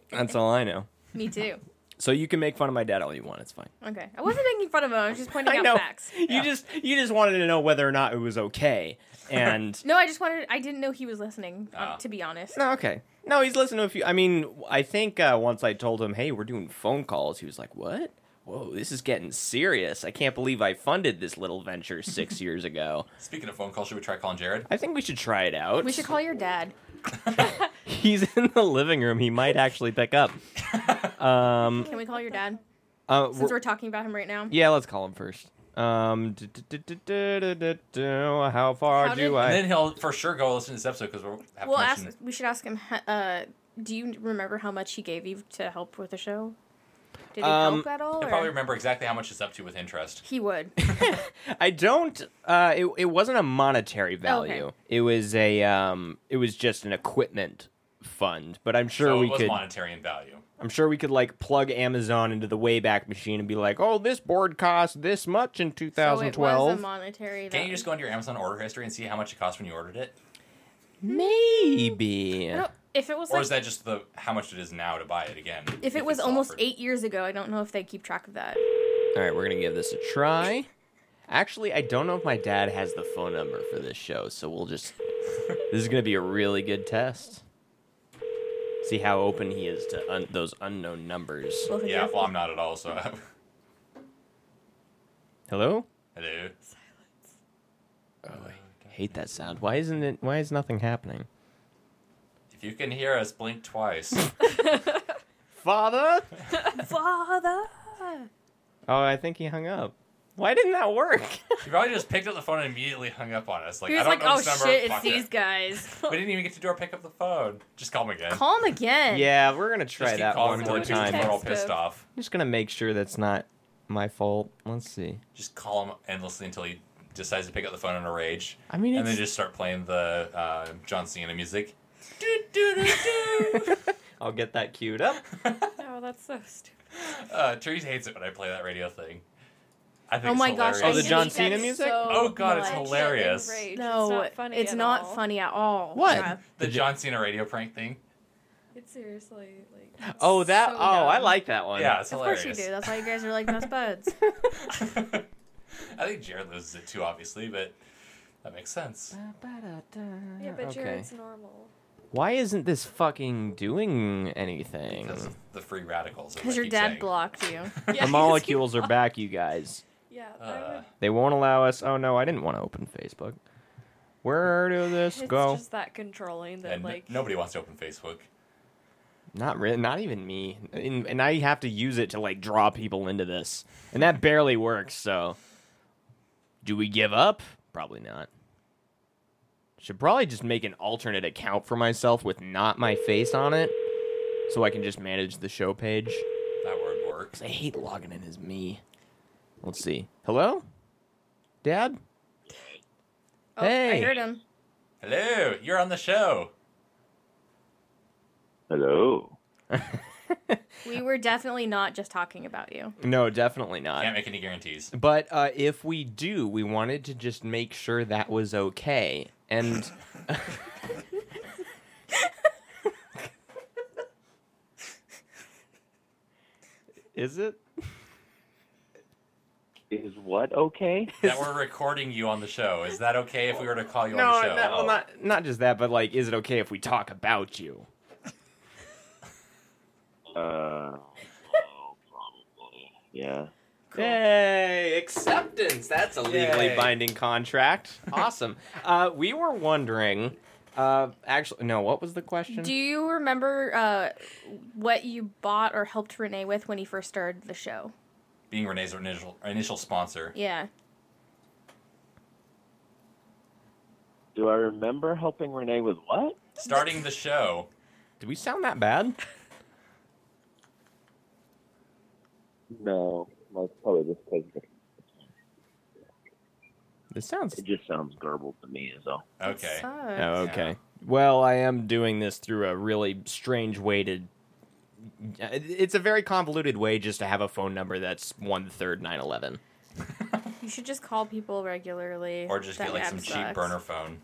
That's all I know.
Me too.
So you can make fun of my dad all you want. It's fine.
Okay. I wasn't making fun of him. I was just pointing
I
out
know.
facts.
You
Yeah.
just you just wanted to know whether or not it was okay. And
No, I just wanted. I didn't know he was listening. uh,
Ah.
to be honest.
No, okay. No, he's listened to a few. I mean, I think uh, once I told him, "Hey, we're doing phone calls," he was like, "What? Whoa, this is getting serious. I can't believe I funded this little venture six years ago.
Speaking of phone calls, should we try calling Jared?
I think we should try it out.
We should call your dad.
He's in the living room. He might actually pick up. Um,
Can we call your dad?
uh,
Since
we're-
we're talking about him right now.
yeah, let's call him first. Um, du- du- du- du- du- du- du- how far
How
do
did-
I?
And then he'll for sure go listen to this episode because we'll have
We'll
to
ask.
mention.
We should ask him. h- Uh, do you remember how much he gave you to help with the show? Did he
Um,
help at all?
He'll
or-
probably remember exactly how much it's up to with interest.
He would.
I don't. Uh, it it wasn't a monetary
Oh,
value. It was a um. It was just an equipment fund. But I'm sure
so
we
it was
could.
monetary in value.
I'm sure we could like plug Amazon into the Wayback Machine and be like, "Oh, this board cost this much in
So it was
2012."
a monetary.
Can't
value.
you just go into your Amazon order history and see how much it cost when you ordered it,
Maybe.
I don't- if it was
or
like,
is that just the how much it is now to buy it again?
if it was almost
eight.
eight years ago, I don't know if they keep track of that.
All right, we're gonna give this a try. Actually, I don't know if my dad has the phone number for this show, so we'll just. this is gonna be a really good test. See how open he is to un- those unknown numbers.
Both of
Yeah,
you.
well, I'm not at all. So
Hello.
hello.
Hate that sound. Why isn't it? Why is nothing happening?
If you can hear us, blink twice.
Father.
Father.
Oh, I think he hung up. Why didn't that work?
she probably just picked up the phone and immediately hung up on us. Like
He
I
was
don't
like,
know
"Oh
this number.
shit, it's
Fuck
these
it.
guys."
We didn't even get to do our pick up the phone. Just call him again.
Call him again.
yeah, we're gonna
just
try
keep
that
calling
one more
him until
time.
We're all
Text
pissed
him.
off.
I'm just gonna make sure that's not my fault. Let's see.
Just call him endlessly until he decides to pick up the phone in a rage.
I mean,
and then
it's-
just start playing the uh, John Cena music. Do, do, do, do.
I'll get that queued up.
Oh, that's so stupid.
uh, Therese hates it when I play that radio thing. I think
Oh
it's
my gosh!
hilarious.
Oh, the
I
John
hate
Cena
that
music?
so
Oh, God, it's
much.
hilarious. Hilarious.
Enraged.
No,
it's not funny.
It's
at
not
all.
funny at all.
What?
Yeah.
the John Cena radio prank thing.
It's seriously like.
Oh, that.
So
oh, I
dumb.
like that one.
Yeah, it's
Of
hilarious.
course you do. That's why you guys are like best buds.
I think Jared loses it too, obviously, but that makes sense.
Uh,
Yeah, but
okay.
Jared's normal.
Why isn't this fucking doing anything?
Because of the free radicals.
Because your dad blocked you.
Yeah,
The molecules are back, you guys.
Yeah, I
Uh,
would,
They won't allow us. Oh no, I didn't want to open Facebook. Where do this
it's
go?
just that controlling that
and
like
nobody wants to open Facebook.
Not really. Not even me. And, and I have to use it to like draw people into this, and that barely works. So, do we give up? Probably not. Should probably just make an alternate account for myself with not my face on it, so I can just manage the show page.
That word works.
'Cause I hate logging in as me. Let's see. Hello, Dad.
Oh, I
Hey.
heard him.
Hello, you're on the show.
Hello.
We were definitely not just talking about you.
No, definitely not.
Can't make any guarantees.
But uh, if we do, we wanted to just make sure that was okay. And is it?
Yeah. is what okay?
that we're recording you on the show. Is that okay if we were to call you
No,
on the show?
no, well, not not just that, but like, is it okay if we talk about you?
Uh, well, probably. Yeah.
Hey, acceptance. That's a legally binding contract. Awesome. uh, we were wondering, uh, actually, no, what was the
Mm.
question?
Do you remember uh, what you bought or helped Renee with when he first started the show?
Being Renee's initial initial sponsor.
Yeah.
Do I remember helping Renee with what?
Starting the show.
Did we sound that bad?
No. Well, it's probably just 'cause
This sounds.
it just sounds garbled to me, is all.
Okay.
Sucks.
Oh, okay. Well, I am doing this through a really strange way to. It's a very convoluted way just to have a phone number that's one third nine eleven.
You should just call people regularly.
Or just
That
get like
app
some cheap
sucks.
burner phone.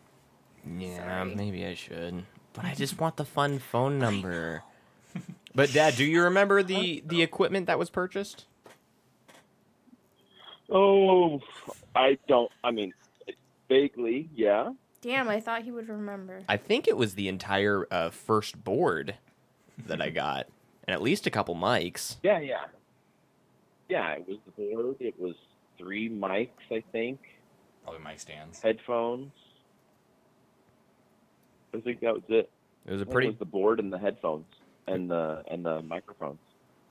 Yeah,
Sorry.
maybe I should. But I just want the fun phone number. but Dad, do you remember the the equipment that was purchased?
Oh, I don't. I mean, vaguely, yeah.
Damn, I thought he would remember.
I think it was the entire uh, first board that I got, and at least a couple mics.
Yeah, yeah. Yeah, it was the board. It was three mics, I think,
Probably mic stands.
headphones. I think that was it.
It was
I
a
think
pretty
It was the board and the headphones and the and the microphones.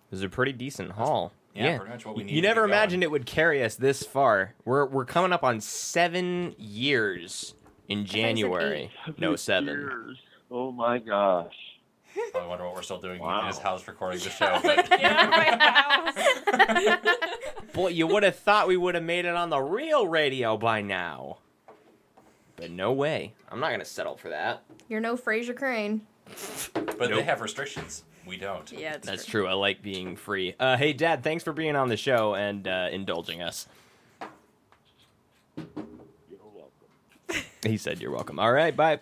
It was a pretty decent haul.
yeah, pretty much what we needed
You
to
never
get
imagined
going.
it would carry us this far. We're we're coming up on seven years in
said eight.
January. No seven.
Years. Oh my gosh.
I wonder what we're still doing in
Wow.
his house recording the show. But
Boy, you would have thought we would have made it on the real radio by now. But no way. I'm not gonna settle for that.
You're no Fraser Crane.
but they
Nope.
have restrictions. We don't.
Yeah, it's
That's true. I like being free. Uh, hey, Dad, thanks for being on the show and uh, indulging us.
You're welcome.
He said, "You're welcome." All right, bye.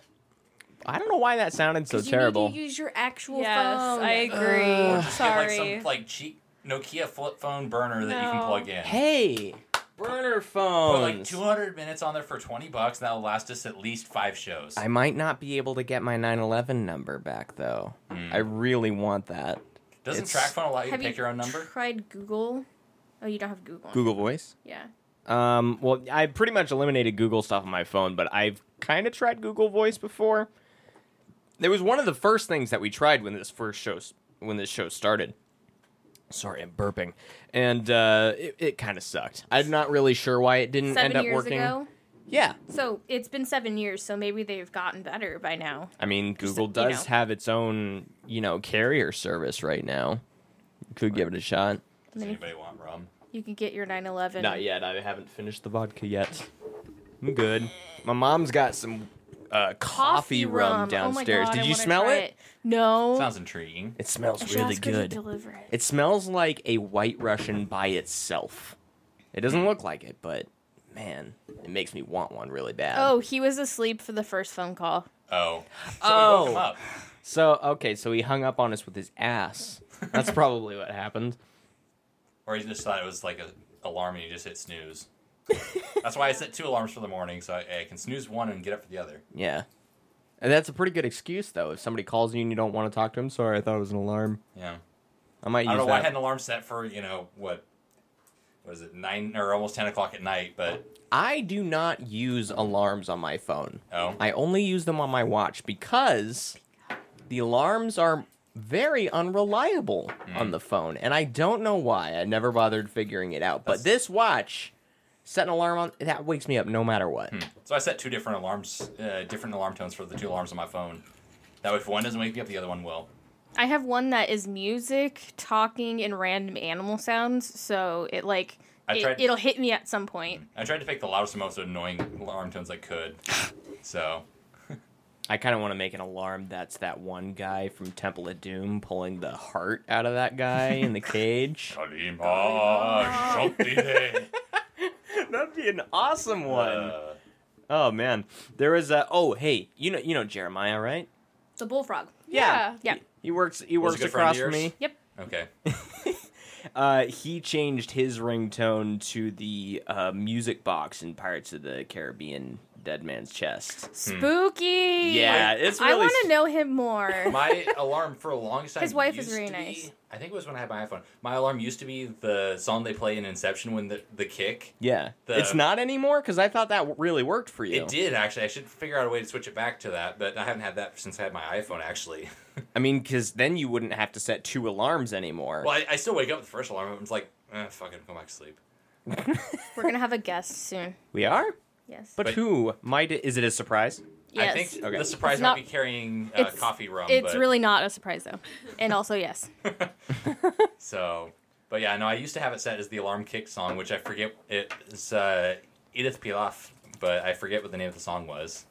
I don't know why that sounded so
You need to
terrible.
use your actual
Yes,
phone.
I agree.
Or
Just get,
Sorry.
like some like cheap Nokia flip phone burner that you can
No.
plug in.
hey, burner
Put
phones.
like 200 minutes on there for 20 bucks, and that'll last us at least five shows.
I might not be able to get my 911 number back though. I really want that.
Doesn't
it's-
TrackPhone allow you to
Have
pick your own number?
tried Google? Oh, you don't have Google.
Google Voice.
Yeah.
Um, well, I pretty much eliminated Google stuff on my phone, but I've kind of tried Google Voice before. There was one of the first things that we tried when this first show s- when this show started. Sorry, I'm burping, and uh, it, it kind of sucked. I'm not really sure why it didn't
Seven
end up
years
working.
ago.
Yeah,
So it's been seven years, so maybe they've gotten better by now.
I mean, Google
you
does
know.
have its own you know carrier service right now. Could give it a shot.
Does anybody want rum?
You can get your 911.
Not yet. I haven't finished the vodka yet. I'm good. My mom's got some uh, coffee, rum,
Oh my
downstairs.
God, I
Did you
wanna
smell
try
it?
No.
Sounds intriguing.
It smells
I should
really
ask her to
good.
deliver it.
It smells like a white Russian by itself. It doesn't look like it, but man, it makes me want one really bad.
Oh, he was asleep for the first phone call.
Oh. So we woke
Oh.
him up.
So, okay, so he hung up on us with his ass. That's probably what happened.
Or he just thought it was like an alarm and he just hit snooze. That's why I set two alarms for the morning, so I, I can snooze one and get up for the other.
Yeah. And that's a pretty good excuse, though. If somebody calls you and you don't want to talk to him, sorry, I thought it was an alarm.
Yeah.
I might use
I don't know
that.
why I had an alarm set for, you know, what, what is it, 9 or almost 10 o'clock at night, but
I do not use alarms on my phone.
Oh.
I only use them on my watch because the alarms are very unreliable on the phone. And I don't know why. I never bothered figuring it out. But this watch, set an alarm on, that wakes me up no matter what.
So I set two different alarms, uh, different alarm tones for the two alarms on my phone. That way, if one doesn't wake me up, the other one will.
I have one that is music, talking, and random animal sounds. So it like
I
it,
tried-
it'll hit me at some point.
I tried to pick the loudest, and most annoying alarm tones I could. So
I kind of want to make an alarm that's that one guy from Temple of Doom pulling the heart out of that guy in the cage.
Kalima, Shantide.
That'd be an awesome one.
Uh,
oh, man. There was a, oh, hey, you know, you know Jeremiah, right?
The bullfrog.
Yeah.
Yeah.
He works. He
Was
works
he a good friend of
across from
yours?
me.
Yep.
okay.
Uh, he changed his ringtone to the uh, music box in Pirates of the Caribbean Dead Man's Chest.
Spooky.
Mm-hmm. Yeah, it's
I
really
want
s-
to know him more.
my alarm for a long time.
His wife is
used
really
to be-
nice.
I think it was when I had my iPhone. My alarm used to be the song they play in Inception when the the kick.
Yeah,
The-
it's not anymore because I thought that w- really worked for you.
It did actually. I should figure out a way to switch it back to that, but I haven't had that since I had my iPhone actually.
I mean, because then you wouldn't have to set two alarms anymore.
Well, I, I still wake up with the first alarm. and It's like, eh, fuck it, go back to sleep.
We're gonna have a guest soon.
We are,
Yes.
but,
But-
who might? It, is it a surprise?
yes.
I think
Okay.
the surprise
It's
might
not-
be carrying uh,
it's-
coffee rum.
it's
but, Oh.
really not a surprise though. And also yes.
so. But yeah, no, I used to have it set as the alarm kick song, which I forget. It's uh, Edith Piaf, but I forget what the name of the song was.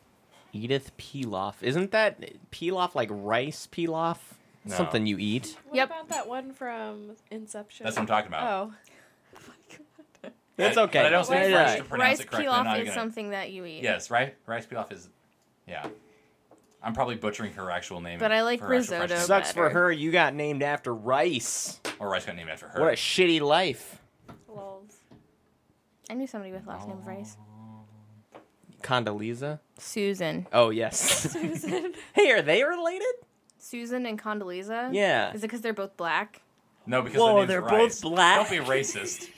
Edith Pilaf. Isn't that Pilaf like rice pilaf?
No.
Something you eat?
What
Yep.
about that one from Inception?
That's what I'm talking about.
Oh,
That's
I-
okay.
but I don't speak
Yeah,
French
yeah.
to pronounce
Rice
it correctly. I'm
pilaf
not
is
gonna-
something that you eat.
Yes, right. Rice pilaf is. Yeah, I'm probably butchering her actual name.
But I like
her actual French
risotto.
name.
Sucks for
better.
her. You got named after rice.
Or rice got named after her.
What a shitty life.
lols.
I knew somebody with last name Rice.
Condoleezza.
Susan.
Oh yes. hey, are they related?
Susan and Condoleezza.
Yeah.
Is it because they're both black?
no, because
Whoa,
the name's
they're
rice.
both black.
Don't be racist.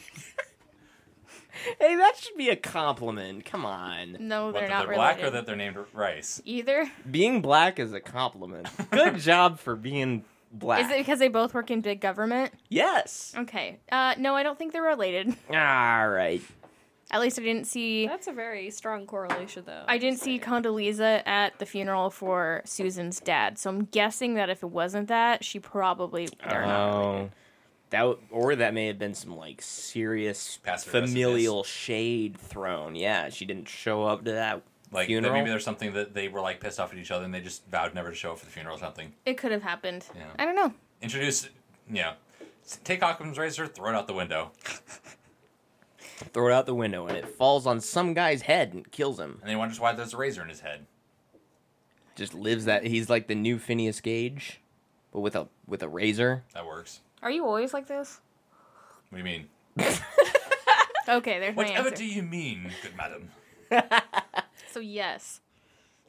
Hey, that should be a compliment. Come on.
No,
what,
they're
that
not
they're
related.
black or that they're named rice.
Either.
Being black is a compliment. Good job for being black.
Is it because they both work in big government?
Yes.
Okay. Uh, no, I don't think they're related.
All right.
At least I didn't see.
That's a very strong correlation, though.
I didn't see Condoleezza at the funeral for Susan's dad, so I'm guessing that if it wasn't that, she probably they're not.
Oh. That w- or that may have been some like serious
Passive
familial shade thrown. Yeah, she didn't show up to that
Like that
funeral.
maybe there's something that they were like pissed off at each other and they just vowed never to show up for the funeral or something.
It could have happened.
Yeah.
I don't know.
Introduce, yeah. S- Take Occam's razor, throw it out the window,
Throw it out the window and it falls on some guy's head and kills him.
and then he wonders why there's a razor in his head.
Just lives that he's like the new Phineas Gage, but with a with a razor.
That works.
Are you always like this?
What do you mean?
Okay, there's my
Whatever
answer.
do you mean, good madam?
so yes.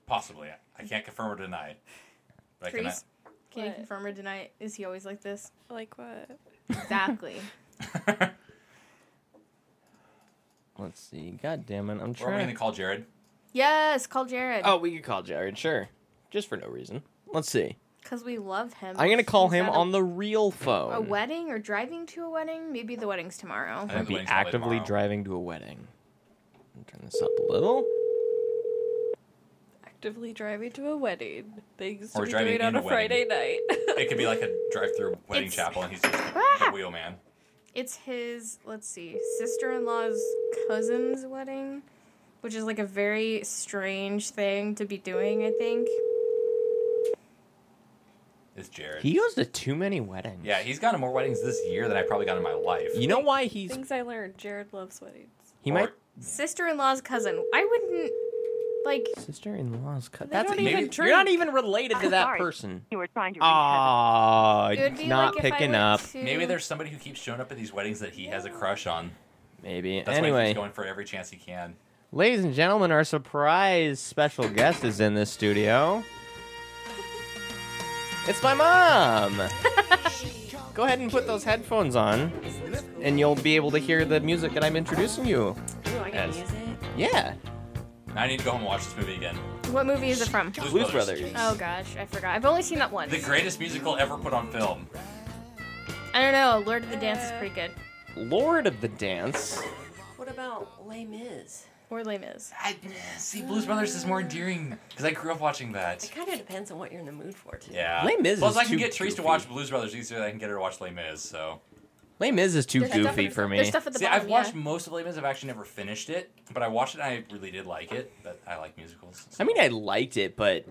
Possibly. I can't confirm or deny it. But I
Priest, can you
What?
confirm or deny? it? Is he always like this?
Like what?
Exactly.
cannot-
Let's see. God damn it, I'm
Or are we
trying.
gonna call Jared?
yes. Call Jared.
oh, we could call Jared, sure, just for no reason. Let's see.
Because we love him.
I'm gonna call
He's
him
at a-
on the real phone.
a wedding or driving to a wedding. Maybe the wedding's tomorrow.
I
I'd
think the
be
wedding's probably
actively
tomorrow.
driving to a wedding. I'll turn this up a little.
Actively driving to a wedding. Things to
Or
be
driving
doing on
in
a
a wedding.
Friday night.
It could be like a drive-through wedding
It's-
chapel, and he's just the wheel man.
It's his, let's see, sister in law's cousin's wedding, which is like a very strange thing to be doing, I think.
It's Jared.
He goes to too many weddings.
yeah, he's gone to more weddings this year than I probably got in my life.
You know why he's
Things I learned. Jared loves weddings.
he
Or-
might
Sister in law's cousin. I wouldn't, like,
sister in law's cut.
They
That's
don't
even
maybe-
drink.
You're not even related to
I'm
that
sorry.
person.
You were trying to reach her.
Ah,
it would be
not
like if I
picking
went
up.
to-
Maybe there's somebody who keeps showing up at these weddings that he has a crush on.
Maybe.
That's why
anyway,
he's going for every chance he can.
ladies and gentlemen, our surprise special guest is in this studio. It's my mom. Go ahead and put those headphones on, and you'll be able to hear the music that I'm introducing you.
Ooh, I got
Yes.
music.
Yeah,
Now I need to go home and watch this movie again.
What movie is it from?
Blues,
Blues
Brothers.
Brothers.
Oh gosh, I forgot. I've only seen that once.
The greatest musical ever put on film.
I don't know. Lord of the Dance is pretty good.
Lord of the Dance.
What about Les Mis?
Or Les Mis.
I, see, Blues Brothers is more endearing because I grew up watching that.
It kind of depends on what you're in the mood for, too.
Yeah.
Les Mis
Plus,
is
I can
too
get Therese to
goofy.
watch Blues Brothers easier than I can get her to watch Les Mis. So,
Les Mis is too
There's stuff
goofy
at the-
for
There's
me.
stuff at the
see,
bottom.
I've watched
yeah.
most of Les Mis. I've actually never finished it, but I watched it and I really did like it. But I like musicals. so.
I mean, I liked it, but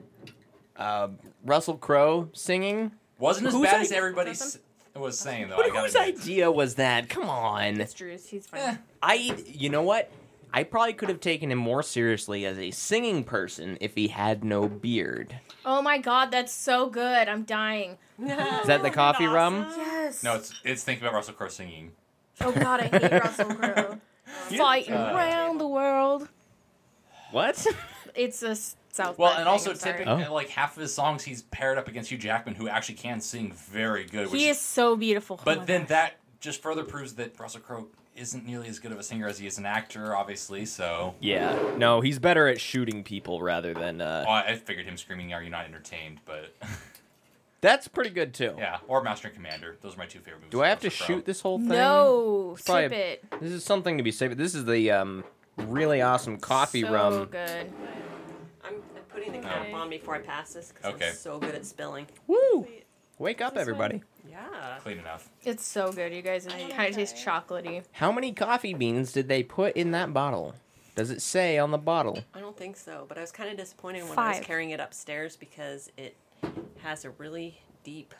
uh, Russell Crowe singing.
wasn't as
whose
bad
I-
as everybody s- was saying though.
But
I gotta
whose
admit.
idea was that? Come on.
It's Drew's. He's fine.
Eh,
I, you know what? I probably could have taken him more seriously as a singing person if he had no beard.
Oh my god, that's so good. I'm dying.
Is that the coffee rum?
Yes. Yes.
No, it's it's think about Russell Crowe singing.
Oh God, I hate Russell Crowe. Fighting
Uh,
around the world.
What?
It's a s- South.
Well,
by
and
thing,
also
I'm sorry.
typically
Oh.
like half of his songs he's paired up against Hugh Jackman, who actually can sing very good. Which,
he is so beautiful. Oh my
but then
gosh.
that just further proves that Russell Crowe isn't nearly as good of a singer as he is an actor, obviously. So
Yeah. No, he's better at shooting people rather than.
Well,
Uh,
I I figured him screaming "Are you not entertained?" But
that's pretty good too.
yeah, or Master and Commander. Those are my two favorite movies.
Do I
of
have to
Russell Crowe.
shoot this whole thing?
No,
It's
skip
probably-
it.
This is something to be saved. This is the um, really awesome coffee
so
rum.
good.
I'm I'm putting the cap on before I pass this because
Okay.
I'm so good at spilling.
Woo! Wake up, everybody.
Yeah.
Clean enough.
It's so good, you guys. It kind of tastes chocolatey.
How many coffee beans did they put in that bottle? Does it say on the bottle?
I don't think so, but I was kind of disappointed when I
Five.
was carrying it upstairs because it has a really deep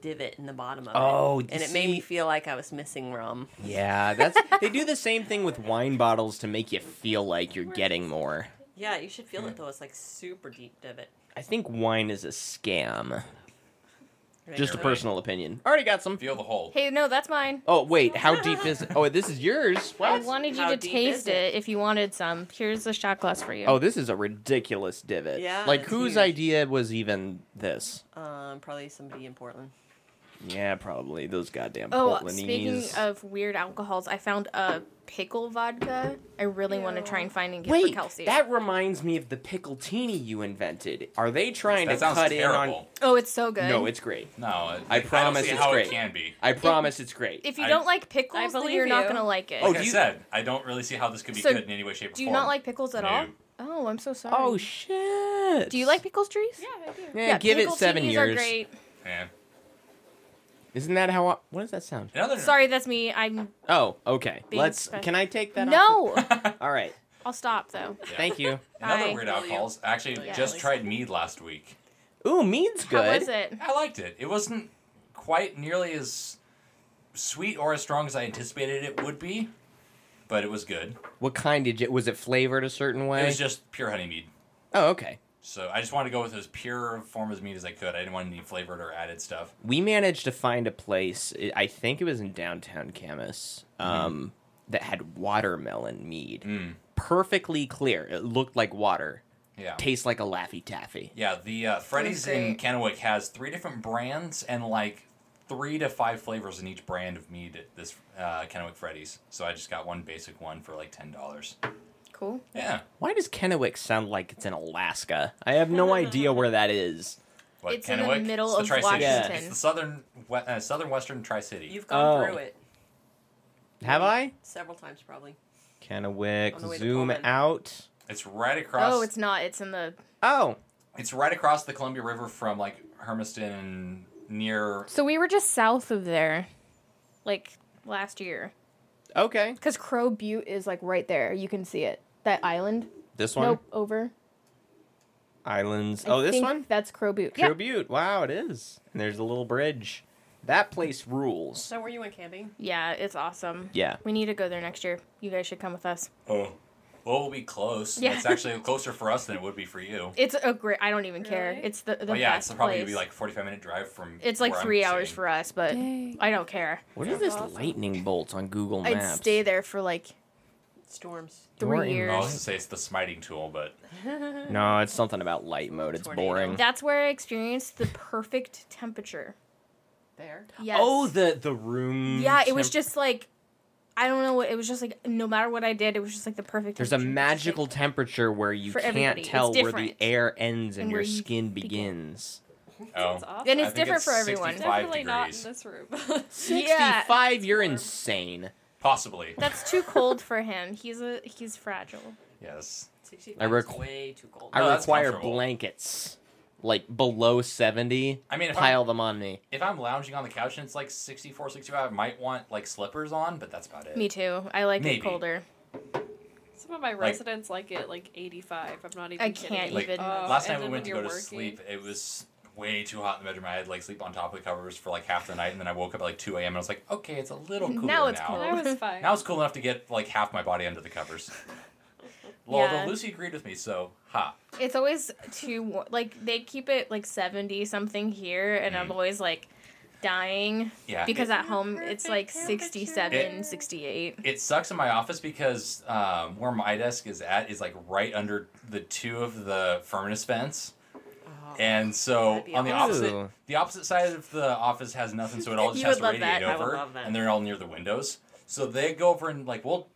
divot in the bottom of
Oh,
it. And it made me feel like I was missing rum.
Yeah, that's they do the same thing with wine bottles to make you feel like you're getting more.
Yeah, you should feel it though. It's like super deep divot.
I think wine is a scam.
Right.
Just a
Okay.
personal opinion. Already got some.
Feel the hole.
Hey, no, that's mine.
Oh wait, how deep is it? Oh, this is yours.
I
What?
wanted you
How
to
deep
taste
is
it?
it?
if you wanted some. Here's the shot glass for you.
Oh, this is a ridiculous divot.
Yeah,
Like
it's
whose
huge.
idea was even this?
Um, probably somebody in Portland.
Yeah, probably those goddamn
Oh,
Portlandese.
speaking of weird alcohols, I found a pickle vodka. I really want to try and find and get for
Wait,
Kelsey.
that reminds me of the pickletini you invented. Are they trying
That
to
sounds
cut in on?
terrible.
oh, it's so good.
No, it's great.
No, it-
I promise
don't see
it's
how
great.
it can be.
I promise it's great.
If you
I-
don't like
I
pickles, then
believe
you're not
you.
gonna like it.
Oh,
Like
do
I
you-
said, I don't really see how this could be
So,
good in any way, shape, or
Do you
form.
not like pickles at all?
No.
Oh, I'm so sorry.
oh shit.
do you like pickles, trees? Yeah.
I do.
Yeah, give it
pickle
seven
teenies Are
years.
great.
Yeah.
Isn't that how? I, what does that sound?
Another
Sorry, that's me. I'm
Oh, okay.
Being
Let's.
spe-
Can I take that? off
no.
the- All right.
I'll stop though.
Yeah.
Thank you.
Another
Bye.
weird
Will you?
alcohols. I Actually,
Yeah,
just
Lisa.
tried mead last week.
Ooh, mead's good.
How was it?
I liked it. It wasn't quite nearly as sweet or as strong as I anticipated it would be, but it was good.
What kind did you? Was it flavored a certain way?
It was just pure honey mead.
oh, okay.
So I just wanted to go with as pure form of mead as I could. I didn't want any flavored or added stuff.
We managed to find a place. I- I think it was in downtown Camas. Um, that had watermelon mead, perfectly clear. It looked like water.
Yeah.
Tastes like a laffy taffy.
Yeah, the uh, Freddy's in
great.
Kennewick has three different brands and like three to five flavors in each brand of mead at this uh, Kennewick Freddy's. So I just got one basic one for like ten dollars.
Cool.
Yeah,
Why does Kennewick sound like it's in Alaska? I have no idea where that is.
what,
It's in the middle
It's
of
Tri-Cities.
Washington.
It's the southern we- uh, southern western Tri City.
You've gone
Oh.
through it
Have I?
several times probably.
Kennewick.
On the way to
Zoom
Pullman.
out.
It's right across.
Oh, it's not. It's in the
Oh,
it's right across the Columbia River from like Hermiston near.
So we were just south of there, like last year,
okay.
because Crow Butte is like right there. You can see it. That island.
This one?
Nope, over.
Islands.
I
oh, this
think
one?
That's Crow Butte.
Crow
Yeah.
Butte. Wow, it is. And there's a little bridge. That place rules.
So where you went camping?
yeah, it's awesome.
Yeah.
We need to go there next year. You guys should come with us.
Oh, well, we'll be close.
Yeah.
It's actually closer for us than it would be for you.
It's a great. I don't even care.
Really?
It's the
Oh,
the
well, yeah,
best
it's probably gonna
place.
be like forty-five minute drive from.
it's like
where I'm
three hours
sitting.
for us, but I don't care.
What
Yeah.
are this
Awesome.
lightning bolts on Google Maps?
I'd stay there for like
Storms.
You're
three
in
Oh, I was
years.
gonna say it's the smiting tool, but
No, it's something about light mode. It's
Tornado.
boring.
That's where I experienced the perfect temperature.
There.
Yes.
Oh, the the room.
Yeah, it was
temp-
just like I don't know what it was just like no matter what I did, it was just like the perfect
There's a
temperature. It's just, like,
magical temperature where you
For
can't
everybody,
tell
it's
where the
different.
air ends and,
And
your
where you
skin
begin.
begins.
oh,
Sounds awful.
And
I
it's
think
different for everyone.
65
Definitely not in
degrees.
this room.
Yeah.
65, you're insane.
Possibly.
That's too cold for him. He's a he's fragile.
yes.
65
I
is
rec-
way too cold.
I
No, that's
require
comfortable.
blankets. Like below 70.
I mean, if
pile them on me.
If I'm lounging on the couch and it's like 64, 65, I might want like slippers on, but that's about it.
Me too. I like
Maybe.
it colder.
Some of my residents like, it like 85. I'm not even
I
kidding.
can't
Like,
even.
uh,
Last
and
night we
then
went to
when
go
you're
to
working.
sleep. It was way too hot in the bedroom. I had like sleep on top of the covers for like half the night, and then I woke up at like 2 a.m. and I was like, okay, it's a little cooler
Now it's cool.
That was fine.
Now it's cool enough to get like half my body under the covers. Well,
Yeah.
although Lucy agreed with me, so ha.
it's
Mm.
always too wa- like they keep it like seventy something here, and I'm always like, dying.
Yeah.
Because at home it's like 67, 68.
It sucks in my office because um, where my desk is at is like right under the two of the firmness fence. And so
Oh, that'd be
on the
awesome.
opposite
Ooh.
the opposite side of the office has nothing, so it all just
You
has
would
to
love
radiate
that. I would
over,
love that.
and they're all near the windows. So they go over and like we'll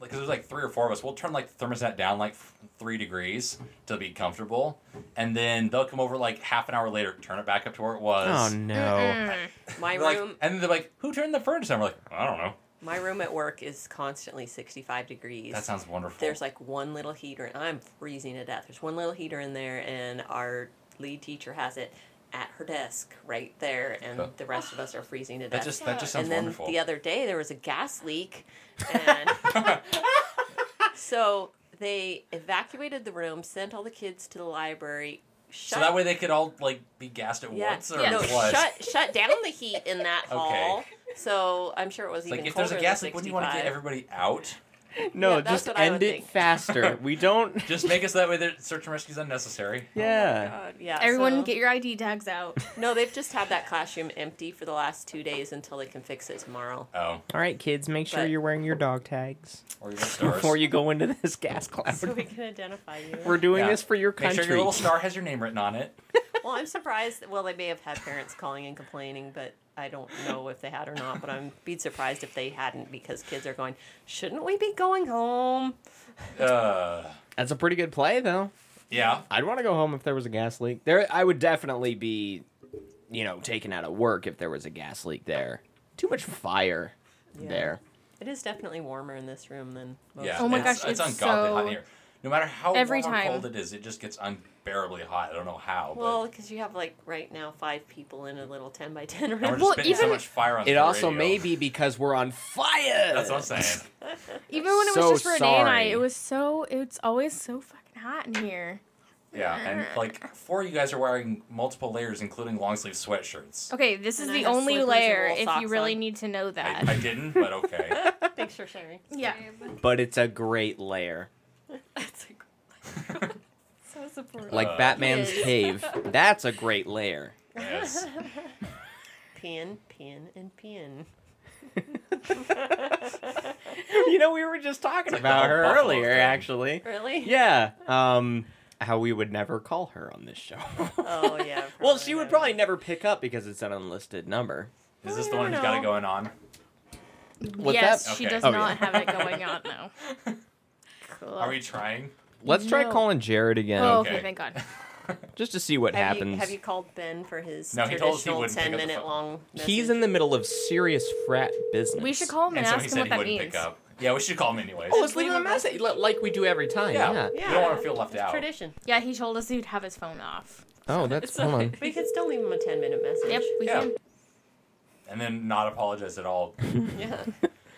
like 'cause there's like three or four of us. We'll turn like the thermostat down like f- three degrees to be comfortable, and then they'll come over like half an hour later, turn it back up to where it
Oh
was.
no.
My
They're like,
room,
and then they're like, "Who turned the furnace on?" We're like, "I don't know."
my room at work is constantly 65 degrees.
That sounds wonderful.
There's like one little heater, and I'm freezing to death. There's one little heater in there, and our lead teacher has it at her desk right there, and
Oh.
the rest of us are freezing to
that
death.
just that just sounds
and then
wonderful.
the other day there was a gas leak, and so they evacuated the room, sent all the kids to the library. Shut,
so that way they could all like be gassed at
yeah,
once or
yeah, no,
what?
shut shut down the heat in that
Okay.
hall. So I'm sure it was
It's
even
like if there's a
colder
gas
than
leak, wouldn't you want to
65.
get everybody out?
No,
Yeah, that's
just
what I
end
would
it
think.
faster. We don't.
Just make us that way. That search and rescue is unnecessary.
Yeah.
Yeah,
Everyone
so-
get your ID tags out.
No, they've just had that classroom empty for the last two days until they can fix it tomorrow.
Oh,
All right, kids, make sure
But-
you're wearing your dog tags
or your stars.
before you go into this gas cloud.
So we can identify you.
We're doing
Yeah.
this for your
Make
country.
sure your little star has your name written on it.
Well, I'm surprised. Well, they may have had parents calling and complaining, but I don't know if they had or not. But I'm be surprised if they hadn't because kids are going. Shouldn't we be going home?
Uh,
That's a pretty good play, though.
yeah.
I'd want to go home if there was a gas leak. There, I would definitely be, you know, taken out of work if there was a gas leak there. Too much fire
Yeah.
there.
It is definitely warmer in this room than most.
Yeah.
Oh my
it's,
gosh,
it's,
it's
ungodly hot
so-
in here. No matter how
Every
warm or
time.
cold it is, it just gets unbearably hot. I don't know how. But
Well, because you have like right now five people in a little ten by ten room.
and we're just
well,
spitting so
even-
much fire on
It
the
also
radio.
may be because we're on fire.
That's what I'm saying.
Even when it was
So
just Renee and I,
sorry.
it was so it's always so fucking hot in here.
Yeah, and like four of you guys are wearing multiple layers, including long sleeve sweatshirts.
Okay, this
And
is
I
the
have
only
slippers and
layer
wool
if you
socks
really
on.
need to know that.
I, I didn't, but okay.
Thanks for sharing.
yeah.
But it's a great layer,
That's a
So supportive.
like
Uh,
Batman's
Yes.
cave. That's a great layer.
yes.
pin, pin, and pin.
you know, we were just talking
like
about
the whole
her
Buffalo
earlier,
thing.
actually.
Really?
Yeah. Um, how we would never call her on this show.
Oh yeah.
well, she would
never.
probably never pick up because it's an unlisted number.
Is this
I
the one
don't
who's got it
know.
going on?
What's
yes,
that?
she
Okay.
does
Oh, yeah.
not have it going on now. Cool.
Are we trying?
Let's try
No.
calling Jared again,
Oh,
Okay.
okay, thank God.
just to see what
Have you,
happens.
have you called Ben for his
No, he told us he
traditional
wouldn't pick up
ten
the
minute
phone.
long? Message?
He's in the middle of serious frat business.
We should call
And
him and,
so he
ask him
said
what
he
that
wouldn't
means.
pick up. Yeah, we should call him anyways.
Oh, let's leave him a message li- like we do every time.
yeah.
Yeah.
We don't want to feel left
It's
out.
Tradition.
Yeah, he told us he'd have his phone off.
Oh, that's hold on.
We could still leave him a ten minute message.
Yep, we
Yeah.
can.
And then not apologize at all.
Yeah.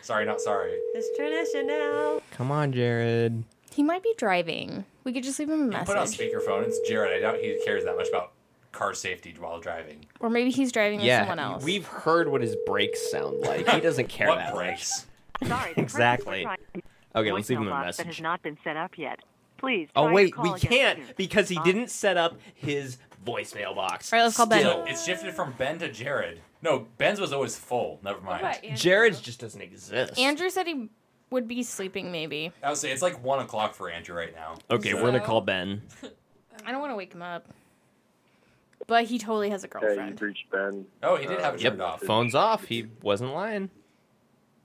sorry, not sorry.
It's tradition now.
Come on, Jared.
He might be driving. We could just leave him a
You Put on
message.
speakerphone. It's Jared. I doubt he cares that much about car safety while driving.
Or maybe he's driving with someone
Yeah,
else.
we've heard what his brakes sound like. He doesn't care
what
that much.
breaks?
Sorry,
Exactly. Okay, let's
Voice
leave him
mail
a
box that has
message.
not been set up yet. Please.
Oh
try
wait,
your call
we
again
can't
soon.
because he
Uh,
didn't set up his voicemail box.
All right, let's call Ben.
So it's shifted from Ben to Jared. No, Ben's was always full. Never mind.
Jared's just doesn't exist.
Andrew said he would be sleeping maybe.
I would say it's like one o'clock for Andrew right now.
Okay, we're gonna call Ben.
I don't want to wake him up. But he totally has a
Yeah,
girlfriend.
you've reached Ben.
Oh, he did have it
Uh,
Yep,
turned off.
phone's off. He wasn't lying.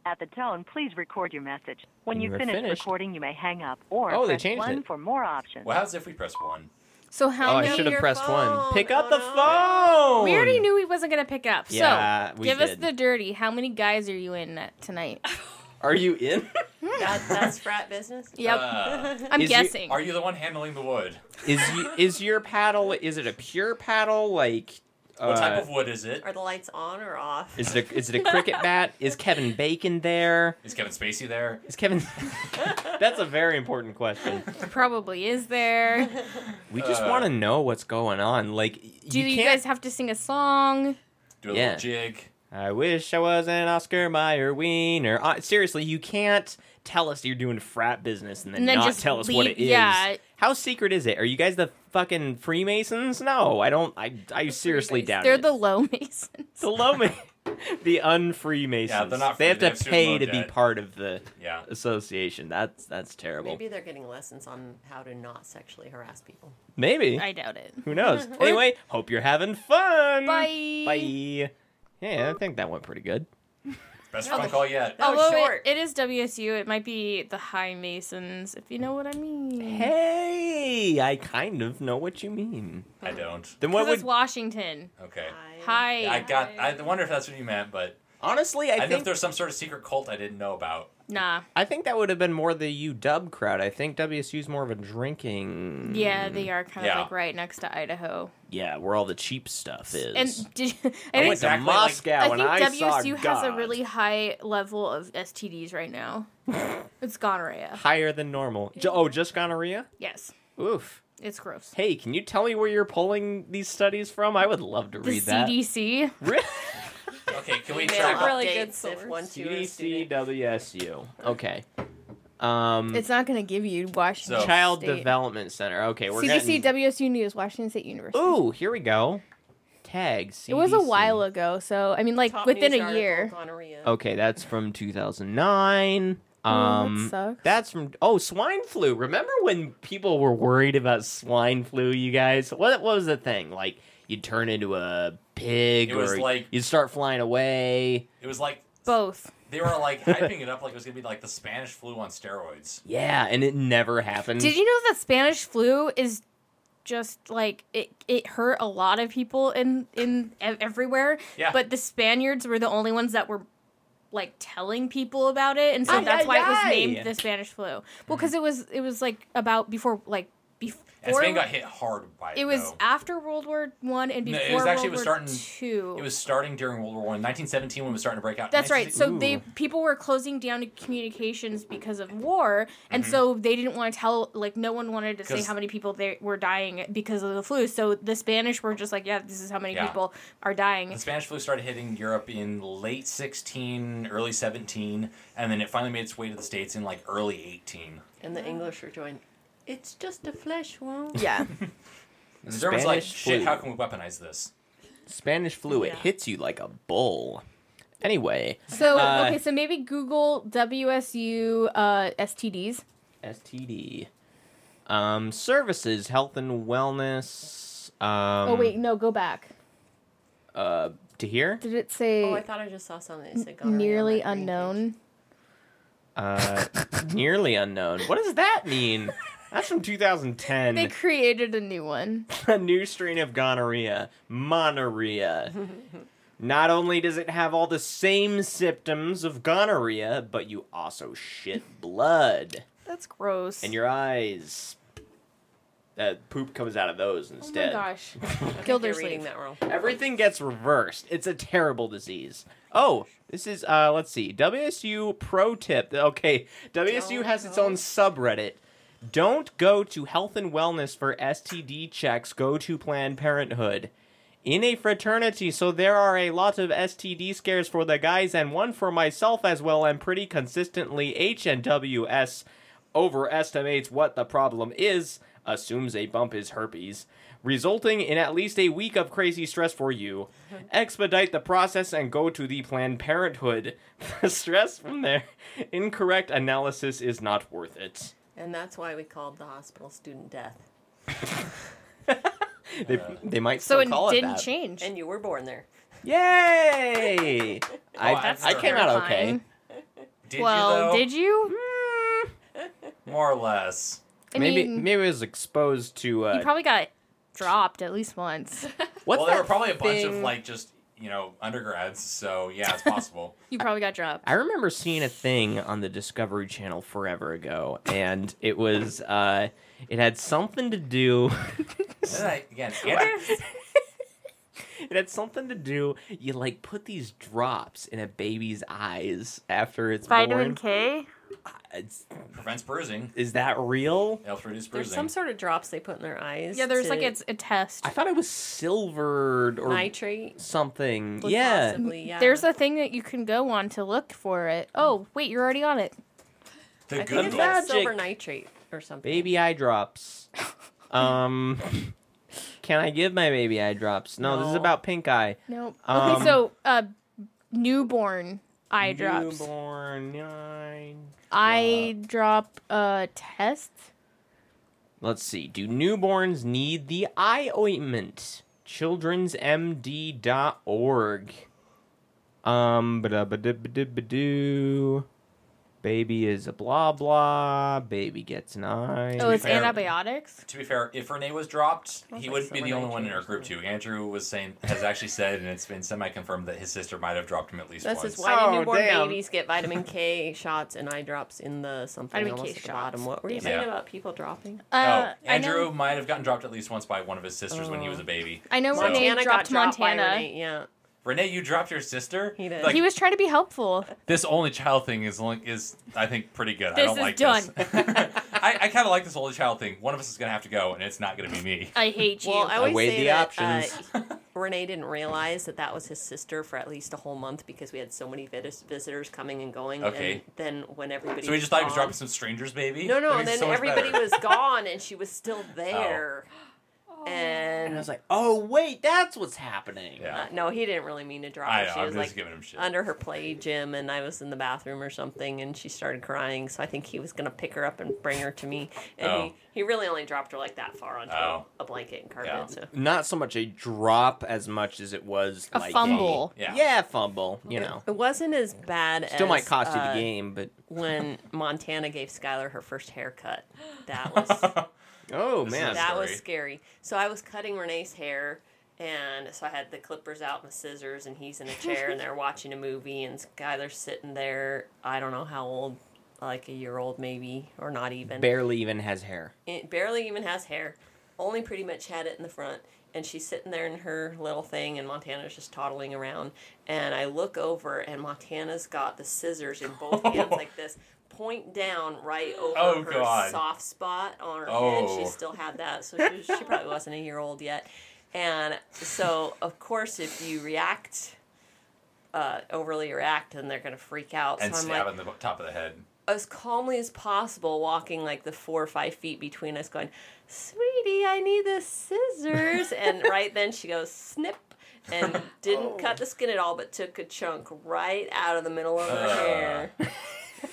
At the tone, please record your message. When you
You're
finish
finished.
recording, you may hang up or
Oh, they
press
changed
one
it.
for more options.
Well, how's if we press one?
so
Oh,
how
I
know
should have
your
pressed one.
phone.
Pick
Oh,
up the
no.
phone.
We already knew he wasn't gonna pick up.
Yeah,
so
we
give us
did.
the dirty. How many guys are you in at- tonight?
Are you in?
That, that's frat business.
Yep.
Uh,
I'm
Is you-
guessing.
are you the one handling the wood?
Is you, is your paddle? Is it a pure paddle? Like uh,
What type of wood is it?
Are the lights on or off?
Is it a, is it a cricket bat? Is Kevin Bacon there?
Is Kevin Spacey there?
Is Kevin? That's a very important question.
Probably is there.
We just
Uh.
want to know what's going on. Like
Do you,
can't.
guys have to sing a song?
Do a
Yeah.
little jig.
I wish I was an Oscar Mayer wiener. Uh, seriously, you can't tell us you're doing frat business and then,
And then
not
just
tell us what
leave-
it is.
yeah.
How secret is it? Are you guys the fucking Freemasons? No, I don't. I I seriously doubt
They're
it.
the Low Masons.
the Loma, the unfree Masons.
they're not
they
free,
have
they
to
have student
pay
loan
to be
debt.
part of the
Yeah.
association. That's that's terrible.
Maybe they're getting lessons on how to not sexually harass people.
Maybe.
I doubt it.
Who knows?
Or-
anyway, hope you're having fun.
Bye.
Bye. Yeah, I think that went pretty good.
Best
Oh.
phone call yet.
Although it- it is WSU, it might be the High Masons, if you know what I mean.
Hey, I kind of know what you mean.
I don't.
Then what
Because it's
would
Washington.
Okay.
Hi.
Yeah, I got. I wonder if that's what you meant, but
honestly, I,
I know if
think
there's some sort of secret cult I didn't know about.
Nah.
I think that would have been more the UW crowd. I think WSU's more of a drinking.
Yeah, they are kind
Mm. Yeah.
of like right next to Idaho.
Yeah, where all the cheap stuff is.
And did you,
I went to Moscow
I
and
think
I
WSU
saw
has a
God.
really high level of STDs right now. it's gonorrhea.
higher than normal. J- oh, just gonorrhea?
Yes,
Oof.
it's gross.
Hey, can you tell me where you're pulling these studies from? I would love to
The
read that. Mm.
CDC.
Okay, can we
Email
track
updates
up?
really good
if once you're a student.
CDCWSU. Okay. Um,
It's not going to give you Washington
So- Child
State.
Development Center. Okay, we're
CDC
getting.
WSU News, Washington State University.
Ooh, here we go. Tag CDC.
It was a while ago, so I mean, like
Top
within
news
a
article,
year.
gonorrhea.
Okay, that's from 2009. Um,
Oh, sucks.
that's from oh swine flu. Remember when people were worried about swine flu? You guys, what what was the thing? Like you'd turn into a pig,
It was
or
like-
you'd start flying away.
It was like
Both.
they were like hyping it up like it was gonna be like the Spanish flu on steroids.
Yeah, and it never
Mm.
happened.
Did you know that Spanish flu is just like it, it hurt a lot of people in in ev- everywhere.
Yeah.
But the Spaniards were the only ones that were like telling people about it, and so
Ay,
that's
ay,
why it was
ay.
named the Spanish flu. Well, because it was it was like about before like before.
Mm-hmm. And Spain got hit hard by it.
It was
though.
after World War One and
No,
before
it was actually it
World
was
War
starting.
Two.
It was starting during World War One. 1917 when it was starting to break out.
That's right. So
1916
they people were closing down communications because of war, and
Mm-hmm.
so they didn't want to tell like no one wanted to say
'Cause-
how many people they were dying because of the flu. So the Spanish were just like, yeah, this is how many
Yeah.
people are dying.
The Spanish flu started hitting Europe in late 16, early 17, and then it finally made its way to the States in like early 18.
And the English are joined. It's just a flesh wound.
Yeah.
And the Germans were like,
Spanish
shit,
flu.
how can we weaponize this?
Spanish flu, it hits you like a bull. Anyway.
So
uh,
okay, so maybe Google WSU uh, STDs.
STD. Um, services, health and wellness. Um,
oh wait, no, go back.
Uh, to here?
Did it say?
Oh, I thought I just saw something that said gonorrhea.
nearly unknown.
Uh, nearly unknown. What does that mean? That's from 2010.
They created a new one.
a new strain of gonorrhea, monorrhea. Not only does it have all the same symptoms of gonorrhea, but you also shit blood.
That's gross.
And your eyes. Uh, poop comes out of those
oh
instead.
my gosh,
You're
Gildersleeve.
reading that wrong.
Everything gets reversed. It's a terrible disease. Oh, this is uh let's see. WSU pro tip. Okay, WSU has its own subreddit. Don't go to health and wellness for STD checks. Go to Planned Parenthood. In a fraternity, so there are a lot of STD scares for the guys and one for myself as well, and pretty consistently HNWS overestimates what the problem is, assumes a bump is herpes, resulting in at least a week of crazy stress for you. Expedite the process and go to the Planned Parenthood. The stress from their incorrect analysis is not worth it.
And that's why we called the hospital student death.
They,
Uh.
they might
so
still
it
call
didn't
that.
change.
And you were born there.
Yay! I,
that's
I came out okay.
terrifying.
Did you,
well,
though?
did you?
More or less.
I
maybe
mean,
maybe it was exposed to
you
uh,
probably got dropped at least once.
what's
well, there
that
were probably a bunch of
thing-
like just, you know, undergrads, so yeah, it's possible.
you probably got dropped.
I remember seeing a thing on the Discovery Channel forever ago, and it was uh, it had something to do.
And then I- again, Andy-
it had something to do. You like put these drops in a baby's eyes after it's born.
K.
It's-
prevents bruising.
is that real?
It helps reduce
There's
bruising.
some sort of drops they put in their eyes.
Yeah, there's
to
like it's a test.
I thought it was silvered or
nitrate.
something.
would
yeah.
possibly, yeah.
There's a thing that you can go on to look for it. Oh, wait, you're already on it.
The
I
good
think
Google.
it's like
Magic.
silver nitrate or something.
Baby eye drops. um Can I give my baby eye drops? No, this is
No.
about pink eye.
Nope.
Um,
okay, so uh, newborn eye drops.
Newborn nine.
Eye drop uh, test.
Let's see. Do newborns need the eye ointment? Children'smd.org. Um, ba-da-ba-da-ba-da-ba-doo. Baby is a blah blah. Baby gets an eye.
Oh, it's
fair-
antibiotics.
To be fair, if Renee was dropped,
Smells
he
like
wouldn't be the
someone
only
I
one in
can't
our group too. Andrew was saying has actually said, and it's been semi-confirmed that his sister might have dropped him at least
This
once.
is why
Oh,
do newborn
damn.
babies get vitamin K shots and eye drops in the something
Vitamin
almost
K
at the bottom.
shots.
What were you
Damn
saying
it.
about people dropping?
Uh,
oh, Andrew might have gotten dropped at least once by one of his sisters when he was a baby.
I know
So-
Renee dropped
by
Montana.
Renee, yeah.
Renee, you dropped your sister. He did.
he was trying to be helpful.
this only child thing is only- is I think pretty good. I
This
don't
is
like this. I, I kind of like this only child thing. One of us is gonna have to go, and it's not gonna be me.
I hate you.
Well, I always
weighed
say
the
that,
options.
Uh, Renee didn't realize that that was his sister for at least a whole month because we had so many vis- visitors coming and going.
Okay.
And then when everybody
So we
was
just thought he was
gone-
dropping some strangers, baby.
No, no,
That'd be
and then
so much
everybody
better. Oh.
was gone and she was still there. And,
And I was like, oh wait, that's what's happening.
uh,
Yeah.
no, he didn't really mean to drop
I
her.
know,
She
I'm
was
just
like
giving him shit.
under her play gym, and I was in the bathroom or something, and she started crying. So I think he was gonna pick her up and bring her to me, and
Oh.
he, he really only dropped her like that far onto
Oh.
a blanket and carpet.
Yeah.
So
Not so much a drop as much as it was
A
like
fumble.
yeah.
Yeah.
fumble. You know,
it wasn't as bad.
still
as,
might cost you
uh,
the game, but
when Montana gave Skylar her first haircut. That was
oh
This is-
man,
that was
Sorry.
scary. So I was cutting Renee's hair, and so I had the clippers out and the scissors, and he's in a chair, and they're watching a movie, and Skylar's sitting there. I don't know how old, like a year old maybe, or not even.
barely even has hair.
It barely even has hair. Only pretty much had it in the front. And she's sitting there in her little thing, and Montana's just toddling around. And I look over, and Montana's got the scissors in both hands like this, point down right over
Oh,
her
God.
soft spot on her head.
Oh.
She still had that, so she, was, she probably wasn't a year old yet. And so, of course, if you react, uh, overly react, then they're going to freak out.
and
so I'm
stab
like,
in the bo- top of the head.
as calmly as possible, walking like the four or five feet between us, going, Sweetie, I need the scissors. and right then she goes, Snip, and didn't
Oh.
cut the skin at all, but took a chunk right out of the middle of her
Uh.
hair.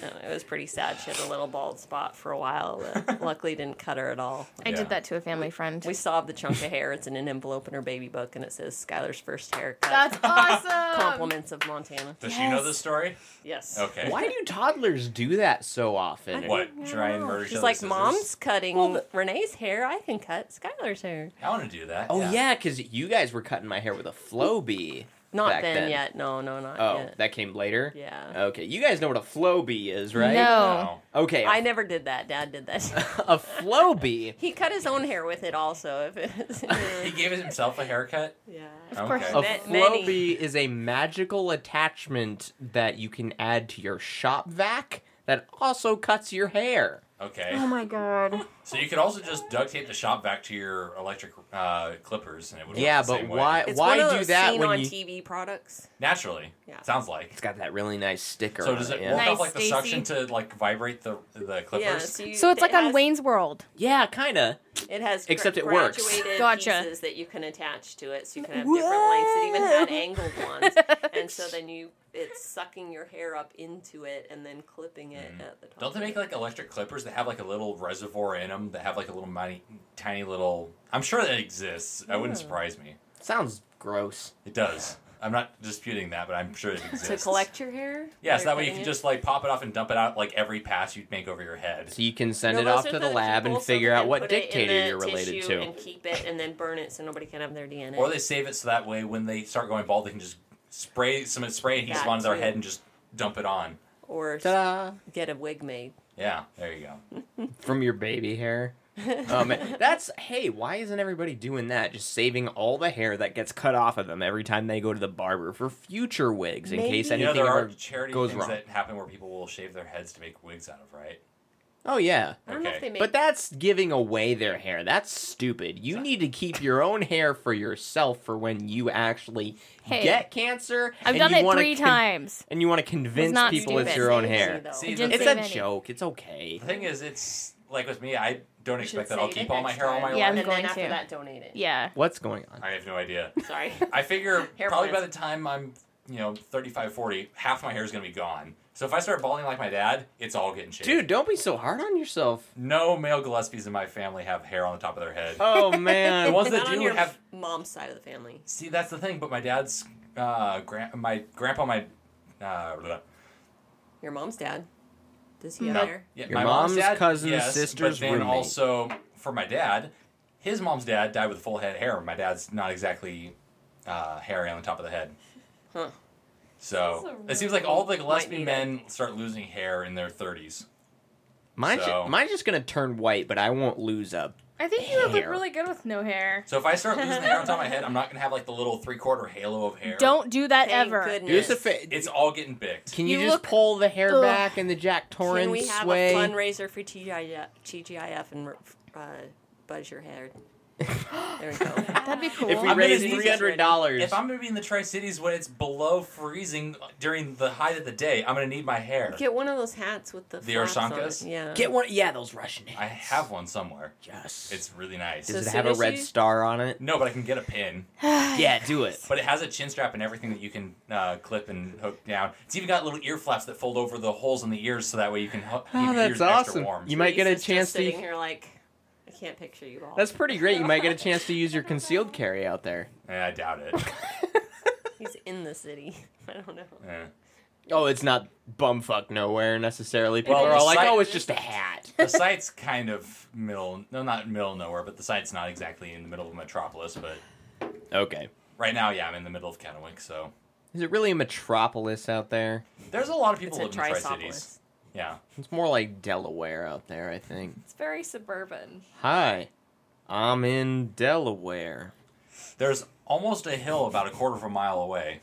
Uh, it was pretty sad. She had a little bald spot for a while, but luckily didn't cut her at all.
I
Yeah.
did that to a family friend.
We saw the chunk of hair. It's in an envelope in her baby book, and it says Skylar's first haircut.
That's awesome.
compliments of Montana.
Does she know
Yes.
this story?
Yes.
Okay.
Why do toddlers do that so often?
What? Try and murder each
She's
other's
like,
sisters?
Mom's cutting Renee's hair. I can cut Skylar's hair.
I want to do that.
Oh yeah, because you guys were cutting my hair with a flow bee.
Not
back
then, yet. No, no, not
Oh,
yet.
that came later.
yeah.
Okay, you guys know what a flow bee is, right?
No.
No.
Okay,
I never did that. Dad did that.
a flow bee.
he cut his own hair with it also. If it's,
He gave himself a haircut.
yeah.
Of
course.
A
Okay.
Ma-
flow
many.
bee is a magical attachment that you can add to your shop vac that also cuts your hair.
Okay.
Oh my god.
So you could also just duct tape the shop back to your electric uh, clippers, and it would. Work
Yeah,
the
but
same way.
why?
It's
why
one of
do
those
that
seen
when
on
you?
TV products.
Naturally.
Yeah.
Sounds like.
It's got that really nice sticker.
So
on
does it
yeah.
work
Nice,
off like the
Stacy.
suction to like vibrate the the clippers?
Yeah, so, you,
So it's
it
like on
has-
Wayne's World.
Yeah, kind of.
It has
Except it works.
graduated
Gotcha.
pieces that you can attach to it, so you can have different lengths. It even had angled ones, and so then you it's sucking your hair up into it and then clipping it
Mm.
at the top.
Don't they
of
make
it.
like electric clippers that have like a little reservoir in them that have like a little mini, tiny little? I'm sure that exists. It wouldn't surprise me.
Sounds gross.
It does. I'm not disputing that, but I'm sure it exists.
to collect your hair?
Yeah, so
They're
that way you can
cutting it?
just like pop it off and dump it out like every pass you'd make over your head.
So you can send
No,
it
those
off
are
to
for
the lab
people
and
so
figure
they
out
can
what
put it in
dictator
the
you're related
tissue
to.
And keep it and then burn it so nobody can have their DNA.
Or they save it so that way when they start going bald, they can just spray some spray adhesive
That
onto their
too.
head and just dump it on.
Or
Ta-da!
get a wig made.
Yeah, there you go.
From your baby hair. oh man, that's hey. Why isn't everybody doing that? Just saving all the hair that gets cut off of them every time they go to the barber for future wigs in case
Maybe-
anything
You know, there are
ever
charity
goes
things
wrong.
that happen where people will shave their heads to make wigs out of, right?
Oh yeah,
I don't know
Okay.
if they make.
but that's giving away their hair. That's stupid. You need to keep your own hair for yourself for when you actually
Hey.
get cancer.
I've
and
done
you
it
wanna
three
con-
times.
and you want to convince
not
people it's
stupid.
your own
Crazy,
hair.
though.
See,
It didn't
It's
save
a
any.
joke. It's okay.
The thing is, it's like with me, I don't
You
expect
should
that I'll
save it
keep all my
next
hair all
time.
my
Yeah,
life.
I'm And then going after to. that, donate it.
Yeah.
What's going on?
I have no idea.
Sorry.
I figure
Hair
probably by
plants.
the time I'm, you know, 35, 40, half my hair is going to be gone. So if I start balding like my dad, it's all getting shaved.
Dude, don't be so hard on yourself.
No male Gillespies in my family have hair on the top of their head.
Oh man.
The ones that
Not
do
on your
have-
mom's side of the family.
See, that's the thing. But my dad's, uh, gran- my grandpa, my, uh, blah.
Your mom's dad. Does he
No.
have hair?
Yeah,
Your
my
mom's
dad,
cousin's
yes,
sister's
but then
roommate.
also for my dad, his mom's dad died with full head of hair. My dad's not exactly uh, hairy on the top of the head.
Huh.
So
This is a
it seems like all the
really- Might
Gillespie
need
men start losing hair in their thirties.
Mine's,
So-
mine's just gonna turn white, but I won't lose up.
I think you would look
Hair.
really good with no hair.
So if I start losing the hair on top of my head, I'm not gonna have like the little three quarter halo of hair.
Don't do that
Thank
ever.
goodness.
Do us a fa-
It's all getting bicked.
Can you,
You
just
look-
pull the hair
Ugh.
back in the Jack Torrance
Can we have
way?
a fundraiser for TGIF, TGIF and uh, buzz your hair? There we go.
That'd be cool.
if we
I'm gonna
raise
need-
three hundred dollars,
If I'm gonna be in the Tri Cities when it's below freezing during the height of the day, I'm gonna need my hair.
Get one of those hats with the
The
flaps on it.
Arshankas?
Yeah.
get one. Yeah, those Russian
I
hats.
have one somewhere.
Yes.
It's really nice.
Does
So
it have a
soon as
red
you-
star on it?
No, but I can get a pin.
yeah, do it.
But it has a chin strap and everything that you can uh, clip and hook down. It's even got little ear flaps that fold over the holes in the ears, so that way you can hook, keep
Oh,
your ears
that's
extra
awesome.
warm.
You might get a
Lisa's just
chance to.
sitting here like, I can't picture you all.
That's pretty great. You might get a chance to use your concealed carry out there.
Eh, I doubt it.
He's in the city. I don't know.
Eh.
Oh, it's not bumfuck nowhere necessarily. People
Well,
are all like,
site-
"Oh, it's just a hat."
The site's kind of middle, no, not middle of nowhere, but the site's not exactly in the middle of Metropolis. But
Okay.
right now, yeah, I'm in the middle of Kennewick, so
Is it really a metropolis out there?
there's a lot of people
It's a
live in the Tri
trisopolis.
Cities. Yeah,
It's more like Delaware out there, I think.
It's very suburban.
Hi, I'm in Delaware.
there's almost a hill about a quarter of a mile away.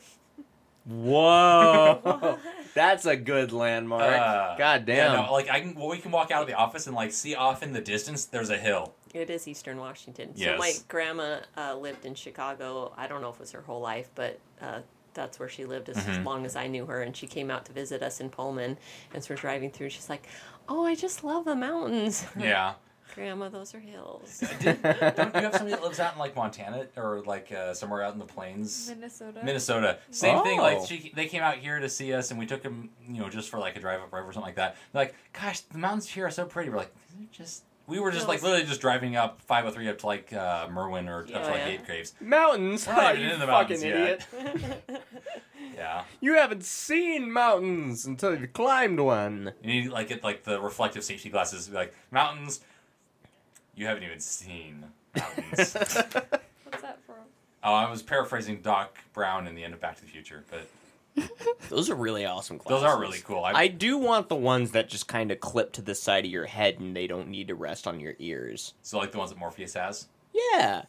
Whoa, that's a good landmark.
Uh,
God damn.
Yeah, no, like I can, well, we can walk out of the office and like see off in the distance. There's a hill.
It is Eastern Washington. So
Yes.
my grandma uh, lived in Chicago. I don't know if it was her whole life, but uh, that's where she lived as
Mhm.
long as I knew her. And she came out to visit us in Pullman. And so we're driving through. And she's like, "Oh, I just love the mountains."
Yeah.
grandma, those are hills.
Uh, Don't you have somebody that lives out in like Montana or like uh, somewhere out in the plains,
Minnesota.
Minnesota? Same thing.
Oh.
Like she, they came out here to see us, and we took them, you know, just for like a drive up river or something like that. They're like, gosh, the mountains here are so pretty. We're like, "They're just. We were just like
Hills.
literally just driving up 503 up to like uh, Merwin or
Yeah,
up to like
yeah.
Eight Graves.
mountains?
We're not
Oh,
even
you
in the
fucking
mountains yet.
idiot.
Yeah,
You haven't seen mountains until you've climbed one.
you need to, like get like the reflective safety glasses. To be like mountains. You haven't even seen mountains.
What's that from?
oh, I was paraphrasing Doc Brown in the end of Back to the Future, but
Those are really awesome
those
glasses.
are really cool. I,
I do want the ones that just kind of clip to the side of your head and they don't need to rest on your ears.
so like the ones that Morpheus has.
Yeah.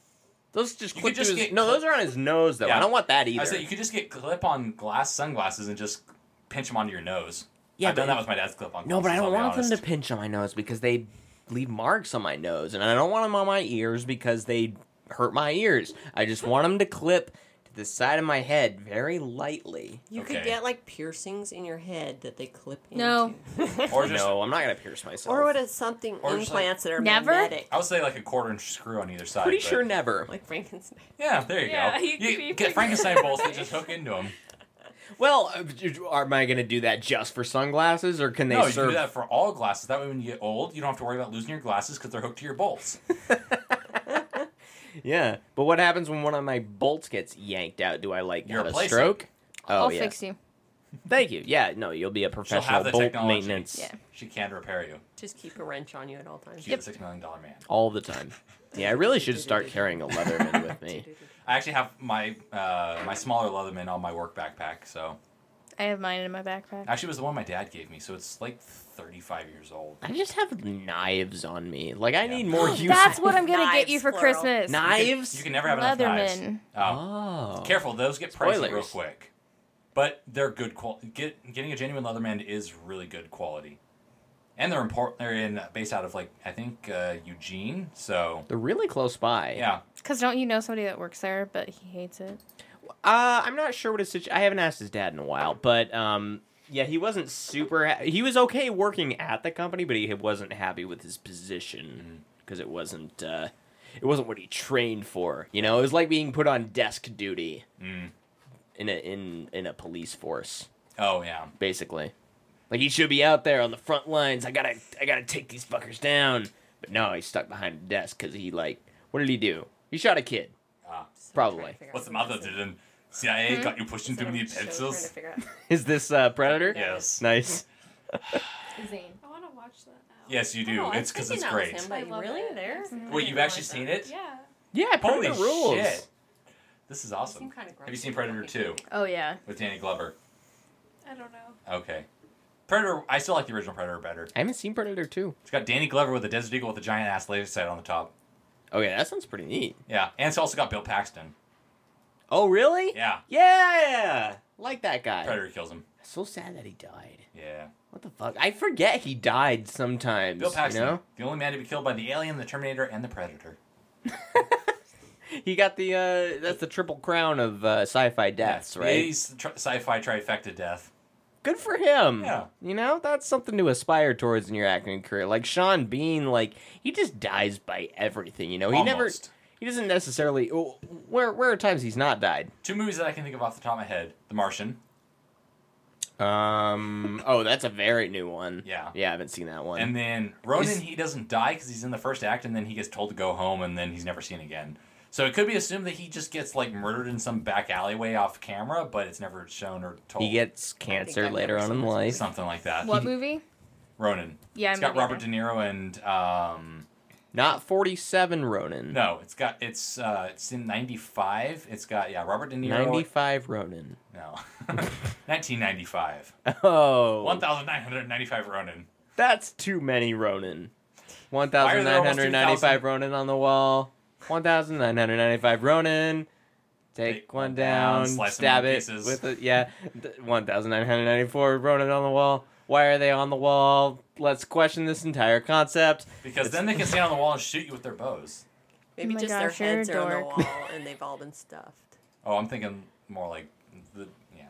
Those just
You
clip
could just
to his
get
No,
clip-
those are on his nose though.
Yeah.
I don't want that either.
I said you could just get clip-on glass sunglasses and just pinch them onto your nose.
Yeah,
I've done
but-
that with my dad's clip-on.
No, but I
glasses,
don't
I'll be
want them to
honest.
pinch on my nose because they leave marks on my nose, and I don't want them on my ears because they hurt my ears. I just want them to clip to the side of my head very lightly.
You
Okay.
could get like piercings in your head that they clip into.
No.
Or just,
no, I'm not gonna pierce myself.
Or what is something
Or just, like-
implants that are
Never?
magnetic,
I would say like a quarter-inch screw on either side.
Pretty
but-
sure never.
like Frankenstein.
Yeah, there you
Yeah,
go.
you could be
get
figuring
Frankenstein
it
bolts that
out.
just hook into them.
Well, uh, am I gonna do that just for sunglasses, or can they
no, you
serve?
do that for all glasses. That way, when you get old, you don't have to worry about losing your glasses because they're hooked to your bolts.
Yeah, but what happens when one of my bolts gets yanked out? Do I like
You
have a
replace it.
stroke? Oh
I'll
yeah.
fix you.
Thank you. Yeah, no, you'll be a
She'll
professional
have the
bolt
technology.
maintenance
Yeah.
She can repair you.
Just keep a wrench on you at all times.
She's a six million dollar man.
all the time. Yeah, I really should start carrying a Leatherman with me.
I actually have my uh, my smaller Leatherman on my work backpack. So
I have mine in my backpack.
actually, it was the one my dad gave me. So it's like thirty five years old.
I just have knives on me. Like I
Yeah.
need more use.
That's what I'm gonna get
Knives,
you for
plural.
Christmas.
knives.
You can never have enough knives.
Leatherman.
Um,
oh.
Careful, those get pricey real
Spoilers.
quick. But they're good quality. Get, getting a genuine Leatherman is really good quality, and they're important. They're in based out of like I think uh, Eugene. So
They're really close by.
yeah,
Because don't you know somebody that works there, but he hates it?
Uh, I'm not sure what his situation. I haven't asked his dad in a while, but um, Yeah, he wasn't super. Ha- he was okay working at the company, but he wasn't happy with his
Mm-hmm.
position because it wasn't. Uh, it wasn't what he trained for. You know, it was like being put on desk duty
Mm.
in a in in a police force.
Oh yeah,
basically, like he should be out there on the front lines. I gotta I gotta take these fuckers down. But no, he's stuck behind a desk because he like what did he do? He shot a kid.
Ah,
Probably.
What's the mother did? And CIA
Hmm?
got you pushing too many
trying
pencils.
to figure out.
Is this uh, Predator?
Yes.
Nice.
Zane. I want to watch that. now.
Yes, you do.
Oh, I
it's because
think
it's
that was
great.
him, but I love
really?
it.
There?
Mhm.
Wait, you've actually seen it?
Yeah.
Yeah,
Holy
Predator rules.
shit! This is awesome.
kinda
Have you seen Predator Two
Oh yeah.
with Danny Glover?
I don't know.
Okay. Predator. I still like the original Predator better.
I haven't seen Predator two.
It's got Danny Glover with a Desert Eagle with a giant ass laser sight on the top.
Oh yeah, that sounds pretty neat.
Yeah, and it's also got Bill Paxton.
Oh really?
Yeah,
Yeah, like that guy.
Predator kills him.
So sad that he died.
Yeah,
What the fuck? I forget he died sometimes.
Bill Paxton,
You know?
the only man to be killed by the alien, the Terminator, and the Predator.
He got the uh that's the triple crown of uh, sci-fi deaths, right?
He's the tri- sci-fi trifecta death.
Good for him.
Yeah.
You know, that's something to aspire towards in your acting career. Like Sean Bean, like he just dies by everything, you know. He never
Almost.
he doesn't necessarily oh, where where are times he's not died?
Two movies that I can think of off the top of my head: The Martian.
Um oh, that's a very new one.
Yeah.
Yeah, I haven't seen that one.
And then Ronan,
Is-
he doesn't die because he's in the first act, and then he gets told to go home, and then he's never seen again. So it could be assumed that he just gets like murdered in some back alleyway off camera, but it's never shown or told.
he gets cancer
I've
later
never
on in
seen this
life.
something like that.
What movie?
Ronan.
Yeah,
it's got
maybe
Robert
that.
De Niro and um,
Not 47 Ronin.
no, it's got it's uh, it's in '95. It's got yeah, Robert De Niro.
95 Ronin.
No, 1995.
Oh.
1,995 Ronin.
That's too many Ronin.
Why are there almost
1,995
2,000?
Ronin on the wall. 1,995 Ronin. Take one down,
slice them
stab
into
it
pieces.
with it. Yeah, Th- 1,994 Ronin on the wall. Why are they on the wall? Let's question this entire concept.
Because then they can stand on the wall and shoot you with their bows.
Maybe
my
just their
gosh, you're a
heads are on the
dork.
wall and they've all been stuffed.
Oh, I'm thinking more like the yeah.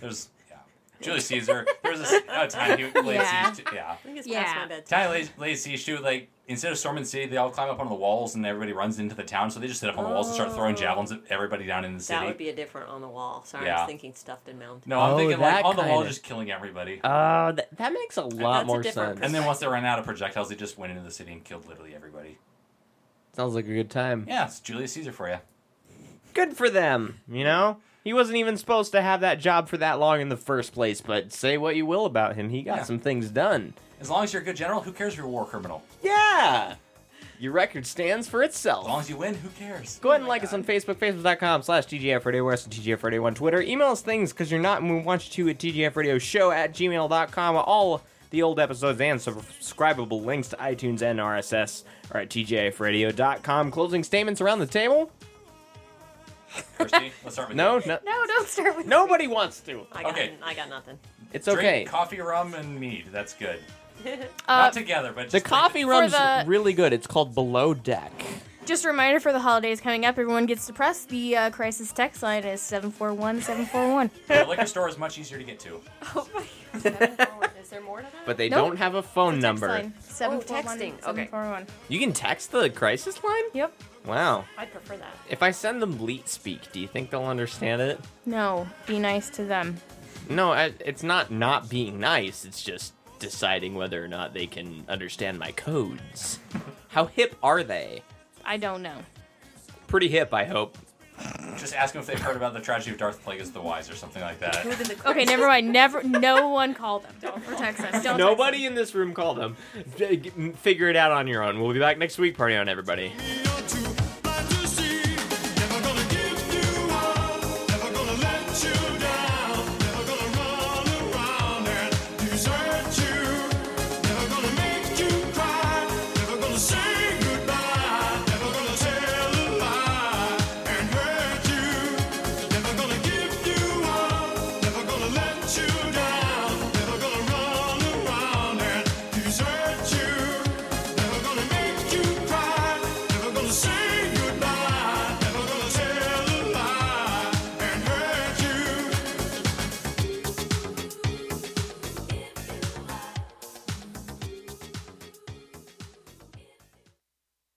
There's yeah, Julius Caesar. There's a, s- a time he laid
Yeah.
siege to, yeah.
I think it's past
Yeah.
my bedtime.
Time laid, laid siege to like instead of storming the city, they all climb up on the walls and everybody runs into the town. So they just sit up on the walls and start throwing
Oh.
javelins at everybody down in the city.
That would be a different on the wall. Sorry, I
Yeah.
was thinking stuffed and mounted.
no, I'm
Oh,
thinking like
that
on the wall,
kinda-
just killing everybody.
Oh, that, that makes a lot
That's a
more
different
sense.
and then once they ran out of projectiles, they just went into the city and killed literally everybody.
Sounds like a good time.
Yeah, it's Julius Caesar for you.
Good for them, you know? He wasn't even supposed to have that job for that long in the first place, but say what you will about him, he got
Yeah.
some things done.
As long as you're a good general, who cares if you're a war criminal?
Yeah. Your record stands for
As long
itself.
as you win, who cares?
Go ahead and like us on Facebook, facebook.com slash TGF Radio West and TGF Radio on Twitter. Email us things because you're not and we want you to at TGF Radio Show at gmail.com. All the old episodes and subscribable links to iTunes and RSS are at TGFradio.com. Closing statements around the table?
Kirsty, let's start with
No,
you.
no
No, don't start with.
nobody wants to.
I got,
Okay.
I got nothing.
It's
Drink
okay.
coffee, rum, and mead. That's good.
Uh,
Not together, but just
The
drink
coffee
it.
rum's
the-
really good. It's called Below Deck.
Just a reminder for the holidays coming up, everyone gets depressed. The uh, crisis text line is 741-741.
The liquor store is much easier to get to.
Oh my God. Is there more to that?
But they
Nope.
don't have a phone
Text
number.
line, 741
texting, okay.
741.
You can text the crisis line?
Yep.
Wow.
I'd prefer that.
If I send them bleat speak, do you think they'll understand it?
No, be nice to them.
No, I, it's not not being nice. It's just deciding whether or not they can understand my codes. How hip are they?
I don't know.
Pretty hip, I hope.
Just ask them if they've heard about the tragedy of Darth Plagueis the Wise or something like that.
Who did the
Okay, never mind. Never. No one call them. Don't text us. Don't
Nobody in this room call them. Figure it out on your own. We'll be back next week. Party on, everybody.
You